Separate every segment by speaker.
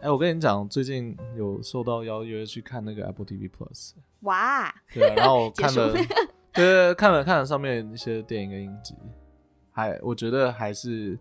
Speaker 1: 哎我跟你讲，最近有受到邀约去看那个 Apple TV Plus，
Speaker 2: 哇，
Speaker 1: 对、啊，然后我
Speaker 2: 结
Speaker 1: 看
Speaker 2: 束
Speaker 1: 了， 对对对，看了看了上面一些电影跟影集，还我觉得还是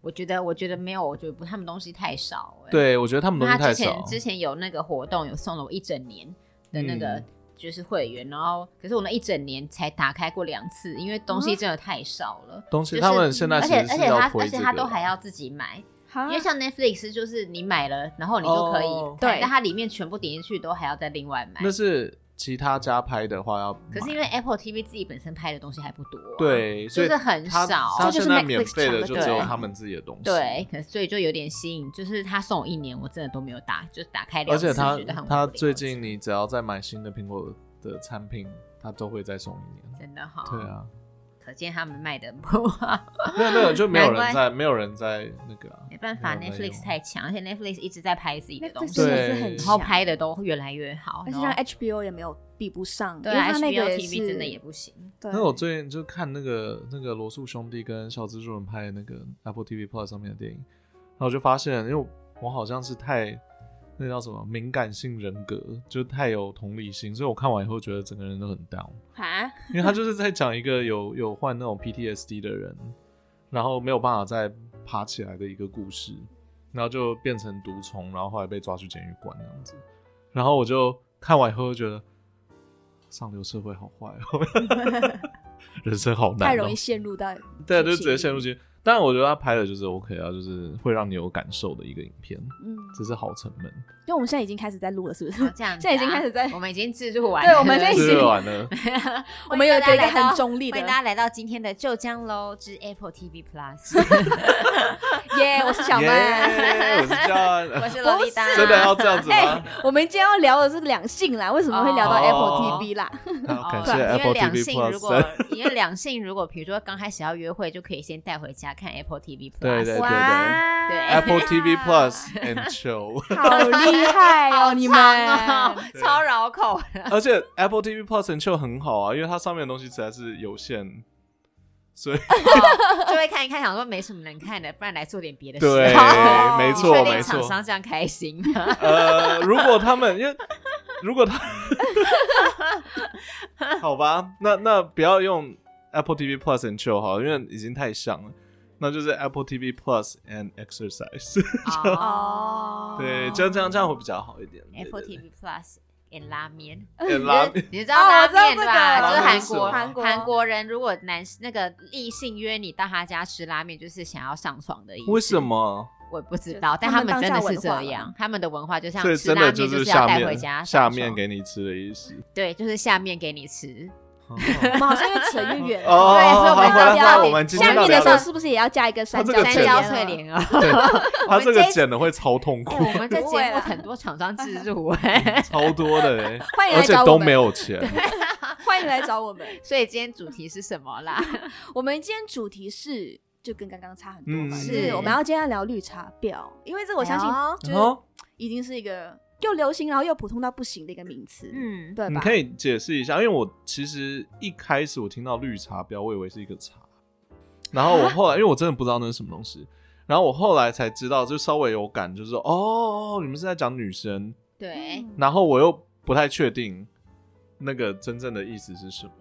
Speaker 3: 我觉得，我觉得没有，我觉得不，他们东西太少、欸。，
Speaker 1: 对我觉得他们东西
Speaker 3: 他
Speaker 1: 太
Speaker 3: 之前
Speaker 1: 少，
Speaker 3: 之前有那个活动，有送了我一整年的那个
Speaker 1: 嗯
Speaker 3: 就是会员，然后可是我那一整年才打开过两次，因为东西真的太少了。
Speaker 1: 东西、
Speaker 3: 就是
Speaker 1: 啊他们现在
Speaker 3: 而
Speaker 1: 其
Speaker 3: 且
Speaker 1: 实是
Speaker 3: 而且
Speaker 1: 要
Speaker 3: 他
Speaker 1: 推
Speaker 3: 而
Speaker 1: 这
Speaker 3: 且
Speaker 1: 个，啊
Speaker 3: 他都还要自己买，
Speaker 2: 哈
Speaker 3: 因为像 Netflix 就是你买了，然后你就可以
Speaker 1: 哦
Speaker 3: 看
Speaker 2: 对
Speaker 3: 但它里面全部点进去都还要再另外买。
Speaker 1: 那是其他家拍的话要买，
Speaker 3: 可是因为 Apple TV 自己本身拍的东西还不多、啊，，
Speaker 1: 对，所以
Speaker 3: 就是很
Speaker 1: 他
Speaker 3: 少
Speaker 1: 他
Speaker 2: 这就是
Speaker 1: 现在
Speaker 2: Netflix
Speaker 1: 免费
Speaker 2: 抢
Speaker 1: 的
Speaker 2: 的
Speaker 1: 就只有
Speaker 2: 对
Speaker 1: 他们自己的东西，
Speaker 3: 对，可所以就有点吸引，就是他送我一年，我真的都没有打，就是打开两
Speaker 1: 而
Speaker 3: 次，
Speaker 1: 且他
Speaker 3: 觉得很无
Speaker 1: 他
Speaker 3: 聊
Speaker 1: 最近你只要再买新的苹果的产品，他都会再送一年。
Speaker 3: 真的哈，
Speaker 1: 对，啊，
Speaker 3: 可见他们卖的不好，
Speaker 1: 没有没有就没有
Speaker 3: 难怪
Speaker 1: 人在没有人在那个、啊，
Speaker 3: 没办法
Speaker 1: 没有人在用
Speaker 3: ，Netflix 太强，而且 Netflix 一直在拍自己的东
Speaker 2: 啊 Netflix
Speaker 3: 西，
Speaker 2: 真
Speaker 1: 对
Speaker 2: 的是很
Speaker 3: 然后
Speaker 2: 强，
Speaker 3: 拍的都越来越好，
Speaker 2: 而且
Speaker 3: 然
Speaker 2: 像
Speaker 3: 后
Speaker 2: HBO 也没有比不上，
Speaker 3: 对
Speaker 2: 因为
Speaker 3: 啊
Speaker 2: 它那个
Speaker 3: HBO
Speaker 2: 也是
Speaker 3: TV 真的也不行，
Speaker 2: 对，
Speaker 1: 那我最近就看那个那个罗素兄弟跟小蜘蛛人拍的那个 Apple TV Plus 上面的电影，然后我就发现，因为我我好像是太那叫什么敏感性人格，就太有同理心，所以我看完以后觉得整个人都很 down，
Speaker 2: 啊，
Speaker 1: 因为他就是在讲一个有有患那种 PTSD 的人，然后没有办法再爬起来的一个故事，然后就变成毒虫，然后后来被抓去监狱关那样子。然后我就看完以后就觉得，上流社会好坏哦，人生好难、哦，
Speaker 2: 太容易陷入到
Speaker 1: 对，啊就直接陷入进去。但我觉得他拍的就是 OK 啊，就是会让你有感受的一个影片，
Speaker 2: 嗯，
Speaker 1: 只是好沉闷。
Speaker 2: 因为我们现在已经开始在录了，是不是？
Speaker 3: 然后这样
Speaker 2: 现
Speaker 3: 子啊，
Speaker 2: 在已经开始在
Speaker 3: 我们已经制作完 了，
Speaker 2: 对我们现在已经
Speaker 1: 吃 完了，
Speaker 2: 我们有一个
Speaker 3: 欢迎大家来到
Speaker 2: 很中立的
Speaker 3: 欢迎大家来到今天的就江喽之 Apple TV Plus，
Speaker 2: 耶，我是小
Speaker 1: 耶啊
Speaker 2: 曼。
Speaker 1: 我是 John，
Speaker 3: 我是萝莉达，
Speaker 1: 真的要这样子
Speaker 2: 哎、
Speaker 1: 吗？
Speaker 2: 我们今天要聊的是两性啦，为什么会聊到
Speaker 1: 哦
Speaker 2: Apple TV 啦？
Speaker 1: 好，感谢
Speaker 3: 哦因为
Speaker 1: Apple
Speaker 3: 两
Speaker 1: TV
Speaker 3: 性如
Speaker 1: Plus 哎
Speaker 3: 果。 因为两性如果比如说刚开始要约会，就可以先带回家看 Apple TV Plus。
Speaker 1: 对对
Speaker 2: 哇，
Speaker 3: 对
Speaker 1: Apple TV Plus and Chill，
Speaker 2: 好厉害
Speaker 3: 好
Speaker 2: 哦，
Speaker 3: 长
Speaker 2: 你们！
Speaker 3: 哦
Speaker 1: 对
Speaker 3: 超绕口的。
Speaker 1: 而且 Apple TV Plus and Chill 很好啊，因为它上面的东西实在是有限，所以
Speaker 3: 哦就会看一看，想说没什么能看的，不然来做点别的事。
Speaker 1: 对
Speaker 2: 好，
Speaker 1: 没
Speaker 3: 哦你
Speaker 1: 错
Speaker 3: 确定
Speaker 1: 没
Speaker 3: 厂
Speaker 1: 错。
Speaker 3: 商这样开心 吗？
Speaker 1: 呃，如果他们 因为如果他，好吧，那那不要用 Apple TV Plus and Chill 好了，因为已经太像了。那就是 Apple TV Plus and Exercise，
Speaker 2: 哦
Speaker 1: 对，这样这样这样会比较好一点。对
Speaker 3: Apple
Speaker 1: 对对
Speaker 3: TV Plus。点拉面，
Speaker 1: and 拉面
Speaker 3: 你知道拉面
Speaker 2: 哦
Speaker 3: 吧？
Speaker 1: 我知道这个
Speaker 3: 就是韩
Speaker 1: 拉面是什么
Speaker 3: 国
Speaker 2: 韩国
Speaker 3: 韩国人，如果男那个异性约你到他家吃拉面，就是想要上床的意思。
Speaker 1: 为什？么？啊
Speaker 3: 我也不知
Speaker 2: 就
Speaker 3: 道
Speaker 2: 是，
Speaker 3: 但
Speaker 2: 他
Speaker 3: 他
Speaker 2: 们
Speaker 3: 们真
Speaker 2: 当下
Speaker 3: 的是
Speaker 2: 文化
Speaker 3: 这
Speaker 2: 嘛
Speaker 3: 样，他们的文化就像
Speaker 1: 所以
Speaker 3: 吃
Speaker 1: 真
Speaker 3: 拉
Speaker 1: 的
Speaker 3: 面
Speaker 1: 是
Speaker 3: 是
Speaker 1: 下
Speaker 3: 要带回
Speaker 1: 面
Speaker 3: 家上
Speaker 1: 下
Speaker 3: 床，
Speaker 1: 面给你吃的意思。
Speaker 3: 对，就是下面给你吃，
Speaker 2: 我们好像越扯越远了。
Speaker 1: 哦
Speaker 3: 对所以
Speaker 1: 好
Speaker 3: 我们
Speaker 1: 回
Speaker 3: 到
Speaker 1: 来
Speaker 3: 底
Speaker 1: 到我们今
Speaker 2: 下
Speaker 1: 天到底
Speaker 2: 面的
Speaker 1: 要
Speaker 2: 时候
Speaker 1: 聊，
Speaker 2: 是不是也要加一个三
Speaker 1: 他这
Speaker 2: 角
Speaker 1: 个
Speaker 3: 三
Speaker 1: 剪
Speaker 3: 角
Speaker 1: 了
Speaker 3: 翠莲啊。
Speaker 1: 他这个
Speaker 3: 我们这
Speaker 1: 剪的会超痛
Speaker 3: 哎、
Speaker 1: 苦，
Speaker 3: 我 们这
Speaker 2: 不会
Speaker 3: 节目
Speaker 2: 啦
Speaker 3: 很多厂商自助 哎、
Speaker 1: 超多的 欸，
Speaker 2: 欢迎
Speaker 1: 而
Speaker 2: 来
Speaker 1: 且
Speaker 2: 找
Speaker 1: 都
Speaker 2: 我
Speaker 1: 没
Speaker 2: 们，
Speaker 1: 有钱。
Speaker 2: 欢迎来找我们。
Speaker 3: 所以今天主题是什么啦？
Speaker 2: 我们今天主题是，就跟刚刚差很多嘛，
Speaker 1: 嗯
Speaker 2: 就是我们要今天要聊绿茶婊，因为这我相信
Speaker 3: 哎呦
Speaker 2: 就是
Speaker 1: 哦，
Speaker 2: 已经是一个又流行然后又普通到不行的一个名词，
Speaker 3: 嗯，
Speaker 2: 对吧？
Speaker 1: 你可以解释一下，因为我其实一开始我听到绿茶婊，我以为是一个茶，然后我后来因为我真的不知道那是什么东西，然后我后来才知道，就稍微有感，就是说哦，你们是在讲女生，
Speaker 3: 对，
Speaker 2: 嗯
Speaker 1: 然后我又不太确定那个真正的意思是什么。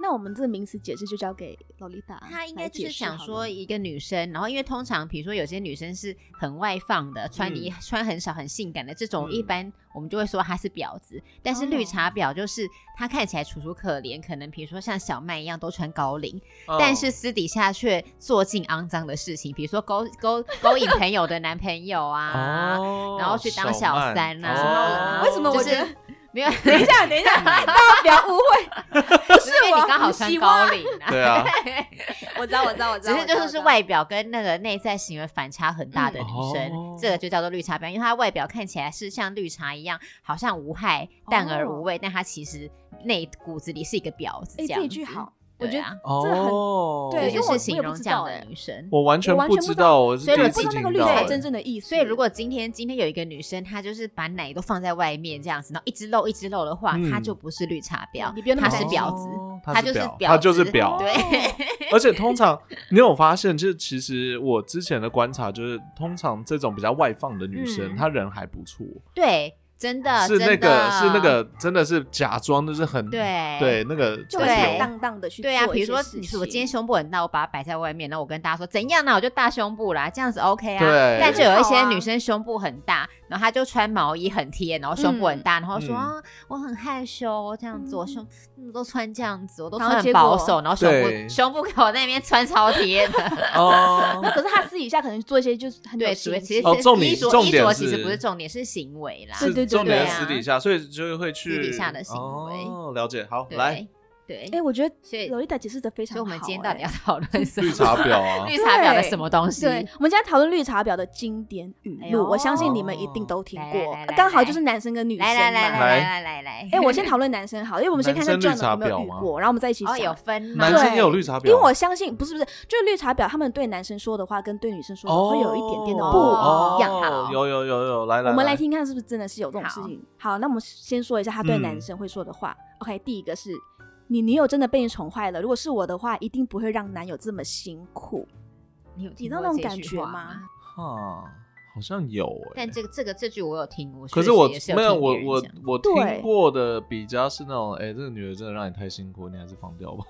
Speaker 2: 那我们这个名词解释就交给洛丽
Speaker 1: 啊
Speaker 2: 塔，
Speaker 3: 他应该就是想说，一个女生，然后因为通常比如说有些女生是很外放的，穿你、穿很少很性感的这种，
Speaker 1: 嗯
Speaker 3: 一般我们就会说她是婊子。但是
Speaker 2: 哦
Speaker 3: 绿茶婊就是她看起来楚楚可怜，可能比如说像小曼一样都穿高领，
Speaker 1: 哦
Speaker 3: 但是私底下却做尽肮脏的事情，比如说勾勾勾引朋友的男朋友啊，
Speaker 1: 哦，
Speaker 3: 然后去当小三
Speaker 1: 呐、
Speaker 3: 啊
Speaker 1: 哦
Speaker 2: 为什么
Speaker 3: 就
Speaker 2: 我
Speaker 3: 是
Speaker 2: 觉得？
Speaker 3: 没有，
Speaker 2: 等一下，等一下，大家不要误会，
Speaker 3: 不是因为
Speaker 2: 我
Speaker 3: 你刚好
Speaker 2: 你
Speaker 3: 穿
Speaker 2: 希
Speaker 3: 高领啊，
Speaker 1: 对 啊，
Speaker 2: 我知道，我知道，我知
Speaker 3: 只
Speaker 2: 道，
Speaker 3: 是就是是外表跟那个内在行为反差很大的女生，
Speaker 1: 嗯哦
Speaker 3: 这个就叫做绿茶婊，因为她外表看起来是像绿茶一样，好像无害、淡而无味，但她其实内骨子里是一个婊子
Speaker 2: 哎，
Speaker 3: 这
Speaker 2: 哦这
Speaker 3: 样子。
Speaker 2: 一句好，我觉
Speaker 3: 对
Speaker 2: 得
Speaker 3: 啊，
Speaker 2: 这个很
Speaker 1: 哦，
Speaker 2: 对因
Speaker 3: 就
Speaker 2: 为我
Speaker 3: 是形容这样
Speaker 2: 欸
Speaker 3: 的女生。
Speaker 1: 我完全
Speaker 2: 我完
Speaker 1: 不
Speaker 2: 全
Speaker 1: 知
Speaker 2: 不知道
Speaker 1: 道，我是第
Speaker 3: 所以
Speaker 1: 一
Speaker 3: 我
Speaker 2: 不
Speaker 1: 次
Speaker 2: 知道那
Speaker 1: 听
Speaker 2: 个
Speaker 1: 到
Speaker 2: 绿
Speaker 3: 茶
Speaker 2: 茶
Speaker 1: 欸。
Speaker 2: 真正的意思。
Speaker 3: 所以，如果今天今天有一个女生，她就是把奶都放在外面这样子，然后一直露一直露的话，
Speaker 1: 嗯
Speaker 3: 她就不是绿茶婊
Speaker 2: 你不用那么
Speaker 3: 她是
Speaker 2: 担心
Speaker 3: 婊子
Speaker 1: 哦，她
Speaker 3: 她就是
Speaker 1: 婊，她就是
Speaker 3: 婊子
Speaker 1: 婊，
Speaker 3: 对，
Speaker 1: 而且通 常你有发现，就是其实我之前的观察，就是通常这种比较外放的女生，
Speaker 3: 嗯
Speaker 1: 她人还不错，
Speaker 3: 对，真的
Speaker 1: 是那
Speaker 3: 真
Speaker 1: 个
Speaker 3: 的
Speaker 1: 是那个真的是假装就是很
Speaker 3: 对
Speaker 1: 对那个
Speaker 2: 就
Speaker 3: 对
Speaker 2: 坦荡荡的去
Speaker 3: 对啊，
Speaker 2: 做
Speaker 3: 比
Speaker 2: 一
Speaker 3: 如
Speaker 2: 些
Speaker 3: 说
Speaker 2: 事
Speaker 3: 你说我今天
Speaker 2: 情
Speaker 3: 胸部很大，我把它摆在外面，然后我跟大家说怎样呢？我就大胸部啦，这样子 OK 啊。
Speaker 1: 对
Speaker 3: 但就有一些
Speaker 2: 很好啊
Speaker 3: 女生胸部很大，然后她就穿毛衣很贴，然后胸部很大，然后说、
Speaker 1: 嗯
Speaker 3: 啊我很害羞哦，这样子我胸、嗯都穿这样子，我都
Speaker 2: 然
Speaker 3: 穿
Speaker 2: 后
Speaker 3: 很
Speaker 2: 结
Speaker 3: 保
Speaker 2: 果
Speaker 3: 守，然后胸
Speaker 1: 对
Speaker 3: 部胸部口那边穿超贴 的。
Speaker 1: 哦
Speaker 2: 那可是他私底下可能做一些就是很有
Speaker 3: 对，
Speaker 2: 心
Speaker 3: 所以其
Speaker 2: 机
Speaker 3: 实
Speaker 1: 哦重点
Speaker 3: 衣着
Speaker 1: 重
Speaker 3: 衣
Speaker 1: 点
Speaker 3: 着其实
Speaker 1: 是
Speaker 3: 不是重点，是行为啦。
Speaker 1: 是
Speaker 2: 对对对
Speaker 1: 重点
Speaker 3: 对
Speaker 1: 是
Speaker 3: 啊
Speaker 1: 私底下，所以就会去
Speaker 3: 私底下的行为
Speaker 1: 哦，了解，好，
Speaker 3: 对
Speaker 1: 来
Speaker 3: 对，
Speaker 2: 哎，我觉得
Speaker 3: 所以
Speaker 2: 罗丽达解释的非常好。
Speaker 3: 所以我们今天到底
Speaker 2: 哎
Speaker 3: 要讨 论什么？
Speaker 1: 绿茶婊 啊，
Speaker 3: 绿茶婊的
Speaker 2: 对
Speaker 3: 什么东西？
Speaker 2: 对，我们今天讨论绿茶婊的经典语
Speaker 3: 哎
Speaker 2: 录，
Speaker 3: 呦
Speaker 2: 我相信你们一定都听
Speaker 3: 来来
Speaker 2: 过
Speaker 3: 来来，
Speaker 2: 刚好就是男生跟女生
Speaker 3: 来来来
Speaker 2: 嘛。
Speaker 3: 来来来来来，
Speaker 2: 哎，我先讨论男生好，因为我们先看看
Speaker 1: 男生
Speaker 2: John
Speaker 1: 绿茶
Speaker 2: 有没有
Speaker 1: 婊
Speaker 2: 遇
Speaker 1: 吗
Speaker 2: 过，然后我们再一起
Speaker 3: 哦，有
Speaker 2: 想。
Speaker 3: 分吗？
Speaker 1: 男生也有绿茶婊，
Speaker 2: 因为我相信，不是不是，就是绿茶婊，他们对男生说的话跟对女生说的
Speaker 1: 哦
Speaker 2: 会有一点点的不
Speaker 1: 哦
Speaker 2: 一样。
Speaker 3: 好
Speaker 1: 有有有有，来来，
Speaker 2: 我们来听看是不是真的是有这种事情。好，那我们先说一下他对
Speaker 1: 嗯
Speaker 2: 男生会说的话。OK，第一个是你女友真的被你宠坏了，如果是我的话，一定不会让男友这么辛苦。
Speaker 3: 你有
Speaker 2: 你
Speaker 3: 听
Speaker 2: 知道
Speaker 3: 过
Speaker 2: 那种
Speaker 3: 这
Speaker 2: 感
Speaker 3: 句
Speaker 2: 觉
Speaker 3: 话
Speaker 2: 吗？？
Speaker 1: 哈，好像有哎、
Speaker 3: 但这个这个这句我有听，我
Speaker 1: 可
Speaker 3: 确实
Speaker 1: 我
Speaker 3: 也是有
Speaker 1: 没有
Speaker 3: 听
Speaker 1: 我
Speaker 3: 别人
Speaker 1: 我
Speaker 3: 讲
Speaker 1: 我
Speaker 2: 对
Speaker 1: 听过的比较是那种，哎、这个女的真的让你太辛苦，你还是放掉吧。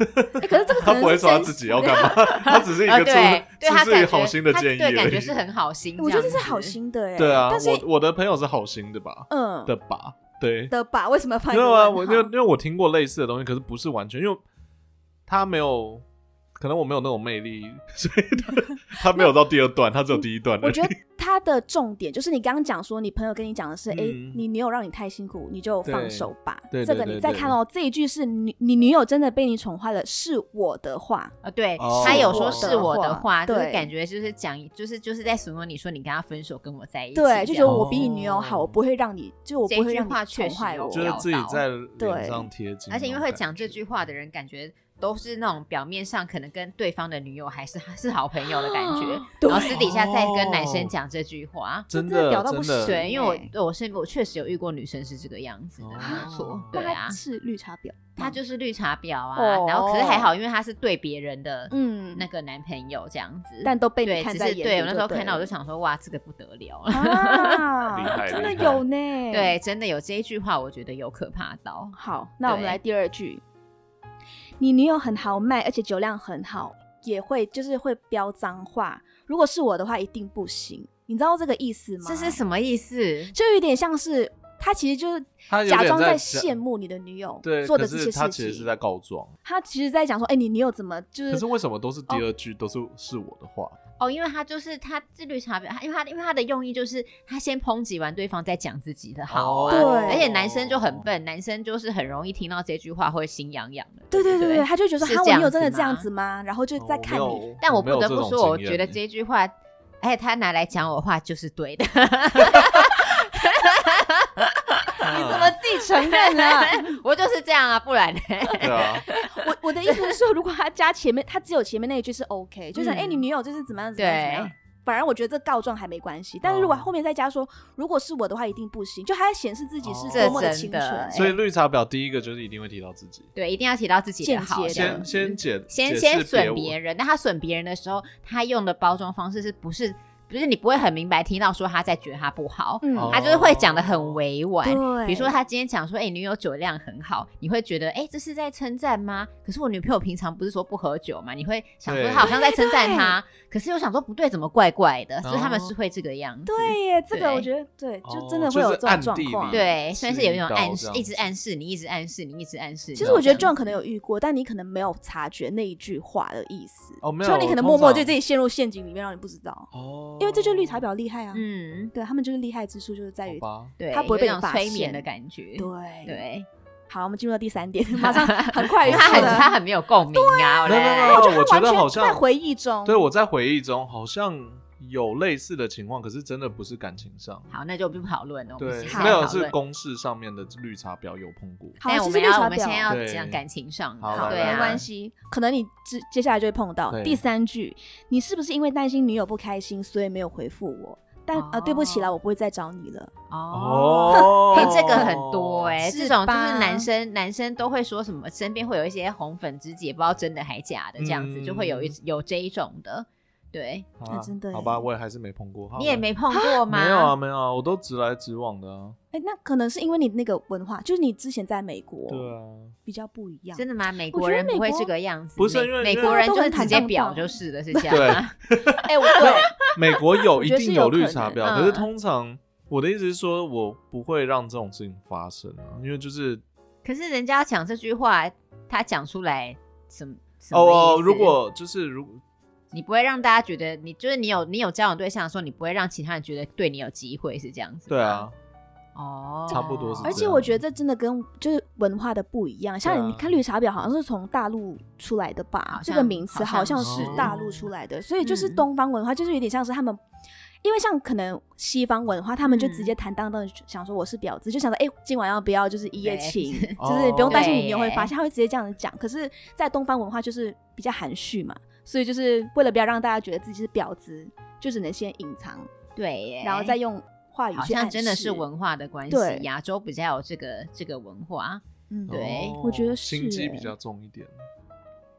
Speaker 2: 哎、可是这个可
Speaker 1: 她
Speaker 2: 能
Speaker 1: 不会
Speaker 2: 是
Speaker 1: 说她
Speaker 2: 真
Speaker 1: 自己
Speaker 2: 实
Speaker 1: 要
Speaker 2: 的
Speaker 1: 干嘛，她只是一
Speaker 3: 呃
Speaker 1: 个出
Speaker 3: 对对他
Speaker 1: 出自于
Speaker 3: 感觉
Speaker 1: 好心的
Speaker 3: 他
Speaker 1: 建议而已，
Speaker 3: 对感觉是很好心 样子，
Speaker 2: 我觉得这是好心的哎、
Speaker 1: 对啊
Speaker 2: 但是，
Speaker 1: 我我的朋友是好心的吧？
Speaker 2: 嗯
Speaker 1: 的吧？对，
Speaker 2: 的吧？为什么要放一
Speaker 1: 没
Speaker 2: 个
Speaker 1: 有啊，
Speaker 2: 问
Speaker 1: 我因
Speaker 2: 号
Speaker 1: 为因为我听过类似的东西，可是不是完全，因为他没有，可能我没有那种魅力，所以他他 没有到第二段，他只有第一段而已。
Speaker 2: 我 觉得他的重点就是你刚刚讲说，你朋友跟你讲的是，哎、
Speaker 1: 嗯
Speaker 2: 你女友让你太辛苦，你就放手吧。
Speaker 1: 对对
Speaker 2: 这个
Speaker 1: 对对
Speaker 2: 你再看哦，这一句是你你女友真的被你宠坏了，是我的话，
Speaker 3: 啊，对
Speaker 1: 哦
Speaker 3: 他有说是我的话，
Speaker 2: 对
Speaker 3: 就是感觉就是讲，就是就是在怂恿你说你跟他分手，跟我在一起，
Speaker 2: 对，就觉得
Speaker 1: 样
Speaker 2: 我比你女友好，
Speaker 1: 哦
Speaker 2: 我不会让你，就我不会让
Speaker 3: 这句话
Speaker 2: 你
Speaker 3: 确
Speaker 2: 宠
Speaker 3: 实
Speaker 2: 坏我。
Speaker 3: 有
Speaker 1: 就是自己在脸
Speaker 2: 对
Speaker 1: 上贴金那种感觉，
Speaker 3: 而且因为会讲这句话的人，感觉都是那种表面上可能跟对方的女友还是还是好朋友的感觉，
Speaker 2: 对
Speaker 3: 然后私底下再跟男
Speaker 1: 哦
Speaker 3: 生讲这句话。
Speaker 1: 真
Speaker 2: 真的
Speaker 1: 的
Speaker 2: 屌到不
Speaker 1: 真的
Speaker 2: 行
Speaker 3: 对，因为
Speaker 2: 对
Speaker 3: 我对我身边我确实有遇过女生是这个样子的，
Speaker 1: 哦
Speaker 3: 没有错，
Speaker 2: 那
Speaker 3: 对啊
Speaker 2: 他，是绿茶婊，
Speaker 3: 她就是绿茶婊啊，
Speaker 2: 哦
Speaker 3: 然后可是还好，因为她是对别人的
Speaker 2: 嗯，
Speaker 3: 那个男朋友这样子，
Speaker 2: 但都被你
Speaker 3: 对，
Speaker 2: 看
Speaker 3: 只
Speaker 2: 在
Speaker 3: 是
Speaker 2: 眼里。
Speaker 3: 对我那时候
Speaker 2: 对哦
Speaker 3: 看到我就想说，哇，这个不得了了，
Speaker 1: 厉
Speaker 2: 啊，
Speaker 1: 害
Speaker 2: 真的
Speaker 1: 厉害
Speaker 2: 有呢。
Speaker 3: 对，，真的有这一句话，我觉得有可怕到，
Speaker 2: 好，那我们
Speaker 3: 对
Speaker 2: 来第二句。你女友很豪迈，而且酒量很好，也会就是会飙脏话。如果是我的话，一定不行。你知道这个意思吗？
Speaker 3: 这是什么意思？
Speaker 2: 就有点像是他其实就是
Speaker 1: 他有
Speaker 2: 假
Speaker 1: 点
Speaker 2: 装
Speaker 1: 在
Speaker 2: 羡慕你的女友
Speaker 1: 对
Speaker 2: 做的
Speaker 1: 可
Speaker 2: 这
Speaker 1: 是
Speaker 2: 些
Speaker 1: 他
Speaker 2: 事
Speaker 1: 其实
Speaker 2: 情
Speaker 1: 是。在告状。
Speaker 2: 他其实在讲说，哎、你女友怎么就
Speaker 1: 可是
Speaker 2: 是
Speaker 1: 为什么都是第二句都是是我的话？
Speaker 3: 哦，因为他就是他自绿茶婊，他因为他因为他的用意就是他先抨击完对方，再讲自己的好啊。
Speaker 2: 对
Speaker 3: 而且男生就很，笨，男生就是很容易听到这句话会心痒痒的。
Speaker 2: 对
Speaker 3: 对
Speaker 2: 对
Speaker 3: 不
Speaker 2: 对对，他就觉得
Speaker 3: 是
Speaker 2: 说，哈，
Speaker 3: 这
Speaker 2: 我女友
Speaker 3: 样
Speaker 2: 真的
Speaker 3: 子
Speaker 2: 这样
Speaker 3: 吗
Speaker 2: 子吗？然后就在看
Speaker 1: 哦
Speaker 2: 你，，
Speaker 3: 但我
Speaker 1: 没
Speaker 3: 不
Speaker 1: 有
Speaker 3: 得
Speaker 1: 这
Speaker 3: 不
Speaker 1: 种
Speaker 3: 说，我
Speaker 1: 经验
Speaker 3: 觉 得
Speaker 1: 欸
Speaker 3: 这句话，而且他拿来讲我话就是对的。
Speaker 1: 啊
Speaker 2: 怎么自己承认了？
Speaker 3: 我就是这样啊，不然呢？
Speaker 1: 对啊，
Speaker 2: 我我的意思是说，如果他加前面，他只有前面那一句是 OK，就是
Speaker 3: 嗯
Speaker 2: 哎、诶你女友就是怎么样怎么样怎么样
Speaker 3: 对。哦
Speaker 2: 反而我觉得这告状还没关系，但是如果后面再加说，如果是我的话，一定不行，就他在显示自己是
Speaker 1: 哦
Speaker 2: 多么的清
Speaker 3: 这真的
Speaker 2: 纯。
Speaker 1: 所以绿茶婊第一个就是一定会提到自己，
Speaker 3: 对，一定要提到自己的好，
Speaker 2: 间接
Speaker 3: 这
Speaker 2: 的
Speaker 3: 样
Speaker 1: 先先
Speaker 3: 子
Speaker 1: 解
Speaker 3: 先
Speaker 1: 解
Speaker 3: 先
Speaker 1: 释
Speaker 3: 损
Speaker 1: 别
Speaker 3: 别人，但他损别人的时候，他用的包装方式是不是不是你不会很明白听到说他在觉得他不好，
Speaker 2: 嗯
Speaker 1: 哦
Speaker 3: 他就是会讲的很委婉。
Speaker 2: 对，
Speaker 3: 比如说他今天讲说，哎、女友酒量很好，你会觉得，哎、这是在称赞吗？可是我女朋友平常不是说不喝酒嘛，你会想说
Speaker 1: 对
Speaker 3: 她好像在称赞他，可是又想说不对，怎么怪怪的？所以他们是会这个样子。
Speaker 2: 对耶，这个
Speaker 3: 对
Speaker 2: 我觉得对，
Speaker 1: 哦
Speaker 2: 就真的会有这种状
Speaker 1: 就是暗
Speaker 2: 况。
Speaker 1: 地里
Speaker 3: 对，算是有一种
Speaker 1: 吃一刀
Speaker 3: 暗示，
Speaker 1: 这样
Speaker 3: 一直
Speaker 1: 子
Speaker 3: 暗示你，一直暗示你，一直暗示你。
Speaker 2: 其实我觉得
Speaker 3: 这样
Speaker 2: John 可能有遇过，但你可能没有察觉那一句话的意思，
Speaker 1: 哦没有
Speaker 2: 所以你可能
Speaker 1: 通
Speaker 2: 默默
Speaker 1: 常
Speaker 2: 对自己陷入陷阱里面，让你不知道。
Speaker 1: 哦，
Speaker 2: 因为这就是绿茶婊厉害啊，
Speaker 3: 嗯，
Speaker 2: 对他们就是厉害之处就是在于
Speaker 1: 好吧，
Speaker 3: 对，
Speaker 2: 他不会被
Speaker 3: 有一种
Speaker 2: 发
Speaker 3: 催眠
Speaker 2: 现
Speaker 3: 的感觉。
Speaker 2: 对。
Speaker 3: 对，
Speaker 2: 好，我们进入到第 三点，马上很快
Speaker 3: 因
Speaker 1: 哦
Speaker 2: 速
Speaker 3: 为
Speaker 2: 地，
Speaker 3: 他很他很没有共鸣啊，我
Speaker 1: 没有没有
Speaker 3: 嘞
Speaker 1: 没有
Speaker 2: 就
Speaker 1: 我
Speaker 2: 他
Speaker 1: 觉得
Speaker 2: 完
Speaker 1: 好
Speaker 2: 全在
Speaker 1: 像
Speaker 2: 回忆中。
Speaker 1: 对我在回忆中好像有类似的情况，可是真的不是感情上，
Speaker 2: 哦
Speaker 3: 好，那就不讨论了。我们
Speaker 1: 对
Speaker 3: 私，
Speaker 2: 好
Speaker 3: 下
Speaker 1: 没有
Speaker 3: 讨
Speaker 1: 是
Speaker 3: 论
Speaker 1: 公式上面的绿茶婊有碰过，
Speaker 2: 好，
Speaker 3: 但
Speaker 2: 其
Speaker 3: 哎我
Speaker 2: 实
Speaker 3: 们
Speaker 2: 绿
Speaker 3: 要
Speaker 2: 茶
Speaker 3: 我们现在
Speaker 2: 婊，
Speaker 3: 要
Speaker 1: 对
Speaker 3: 讲感情上的，
Speaker 1: 好
Speaker 2: 好，
Speaker 1: 来
Speaker 3: 对
Speaker 1: 来
Speaker 2: 没
Speaker 3: 啊，
Speaker 2: 关系，可能你接接下来就会碰到
Speaker 1: 对
Speaker 2: 第三句。你是不是因为担心女友不开心，所以没有回复我？但啊、呃对不起啦，我不会再找你了。
Speaker 3: 哦。
Speaker 1: 哦
Speaker 3: 哎、 这个很多哎、
Speaker 2: 是
Speaker 3: 这种就是
Speaker 2: 吧
Speaker 3: 男生男生都会说什么，身边会有一些红粉知己，也不知道真的还假的，这样子、
Speaker 1: 嗯
Speaker 3: 就会有一有这一种的，对
Speaker 1: 好啊
Speaker 2: 啊真的耶
Speaker 1: 好吧，我也还是没碰过，好
Speaker 3: 你也
Speaker 1: 吧
Speaker 3: 没碰过吗？
Speaker 1: 没有啊，没有啊，我都直来直往的啊，
Speaker 2: 哎，那可能是因为你那个文化，就是你之前在美国，
Speaker 1: 对啊，
Speaker 2: 比较不一样。
Speaker 3: 真的吗？美
Speaker 2: 我
Speaker 3: 国
Speaker 2: 觉得
Speaker 3: 人
Speaker 2: 美
Speaker 3: 不会
Speaker 2: 国
Speaker 3: 这个样子，
Speaker 1: 不是
Speaker 3: 美
Speaker 1: 因为
Speaker 3: 美
Speaker 1: 因为
Speaker 3: 国人
Speaker 2: 都
Speaker 3: 就是
Speaker 2: 很
Speaker 3: 直
Speaker 2: 坦
Speaker 3: 接
Speaker 2: 荡
Speaker 3: 表
Speaker 2: 荡
Speaker 3: 就是 了，是这样
Speaker 1: 对
Speaker 3: 吗？
Speaker 2: 哎、 我对，
Speaker 1: 美国有
Speaker 2: 我
Speaker 1: 一
Speaker 2: 觉得
Speaker 1: 定
Speaker 2: 是有
Speaker 1: 绿
Speaker 2: 可
Speaker 1: 茶
Speaker 2: 能
Speaker 1: 婊，
Speaker 3: 嗯
Speaker 1: 可是通常我的意思是说，我不会让这种事情发生啊，因为就是
Speaker 3: 可是人家讲这句话，他讲出来什么？什么
Speaker 1: 哦哦，
Speaker 3: 意思
Speaker 1: 如果就是如
Speaker 3: 你不会让大家觉得你就是你有你有交往对象的时候，你不会让其他人觉得对你有机会是这样子。
Speaker 1: 对啊，，
Speaker 3: 哦，
Speaker 1: 差不多是
Speaker 2: 而
Speaker 1: 这
Speaker 2: 且
Speaker 1: 样
Speaker 2: 我觉得这真的跟就是文化的不一样，
Speaker 1: 啊对啊
Speaker 2: 像你看绿茶婊好像是从大陆出来的吧
Speaker 3: 好，
Speaker 2: 这
Speaker 3: 像
Speaker 2: 个名词好像
Speaker 1: 好
Speaker 2: 是
Speaker 1: 像是
Speaker 2: 大陆出来的，所以就是
Speaker 3: 嗯
Speaker 2: 东方文化就是有点像是他们，因为像可能西方文化，他们就
Speaker 3: 嗯
Speaker 2: 直接坦荡荡地想说我是婊子，就想着哎、今晚要不要就是一夜
Speaker 3: 对
Speaker 2: 情，
Speaker 1: 哦
Speaker 2: 就是不用担心你没有会
Speaker 3: 对
Speaker 2: 发现，他会直接这样子讲。可是，在东方文化就是比较含蓄嘛，所以就是为了不要让大家觉得自己是婊子，就只能先隐藏，
Speaker 3: 对耶，
Speaker 2: 然后再用话语
Speaker 3: 好
Speaker 2: 去暗
Speaker 3: 像
Speaker 2: 示。
Speaker 3: 真的是文化的关系
Speaker 2: 对，
Speaker 3: 亚洲比较有这个这个文化，
Speaker 2: 嗯，
Speaker 3: 对
Speaker 1: 哦
Speaker 2: 我觉得
Speaker 1: 心
Speaker 2: 是
Speaker 1: 机
Speaker 2: 欸
Speaker 1: 比较重一点，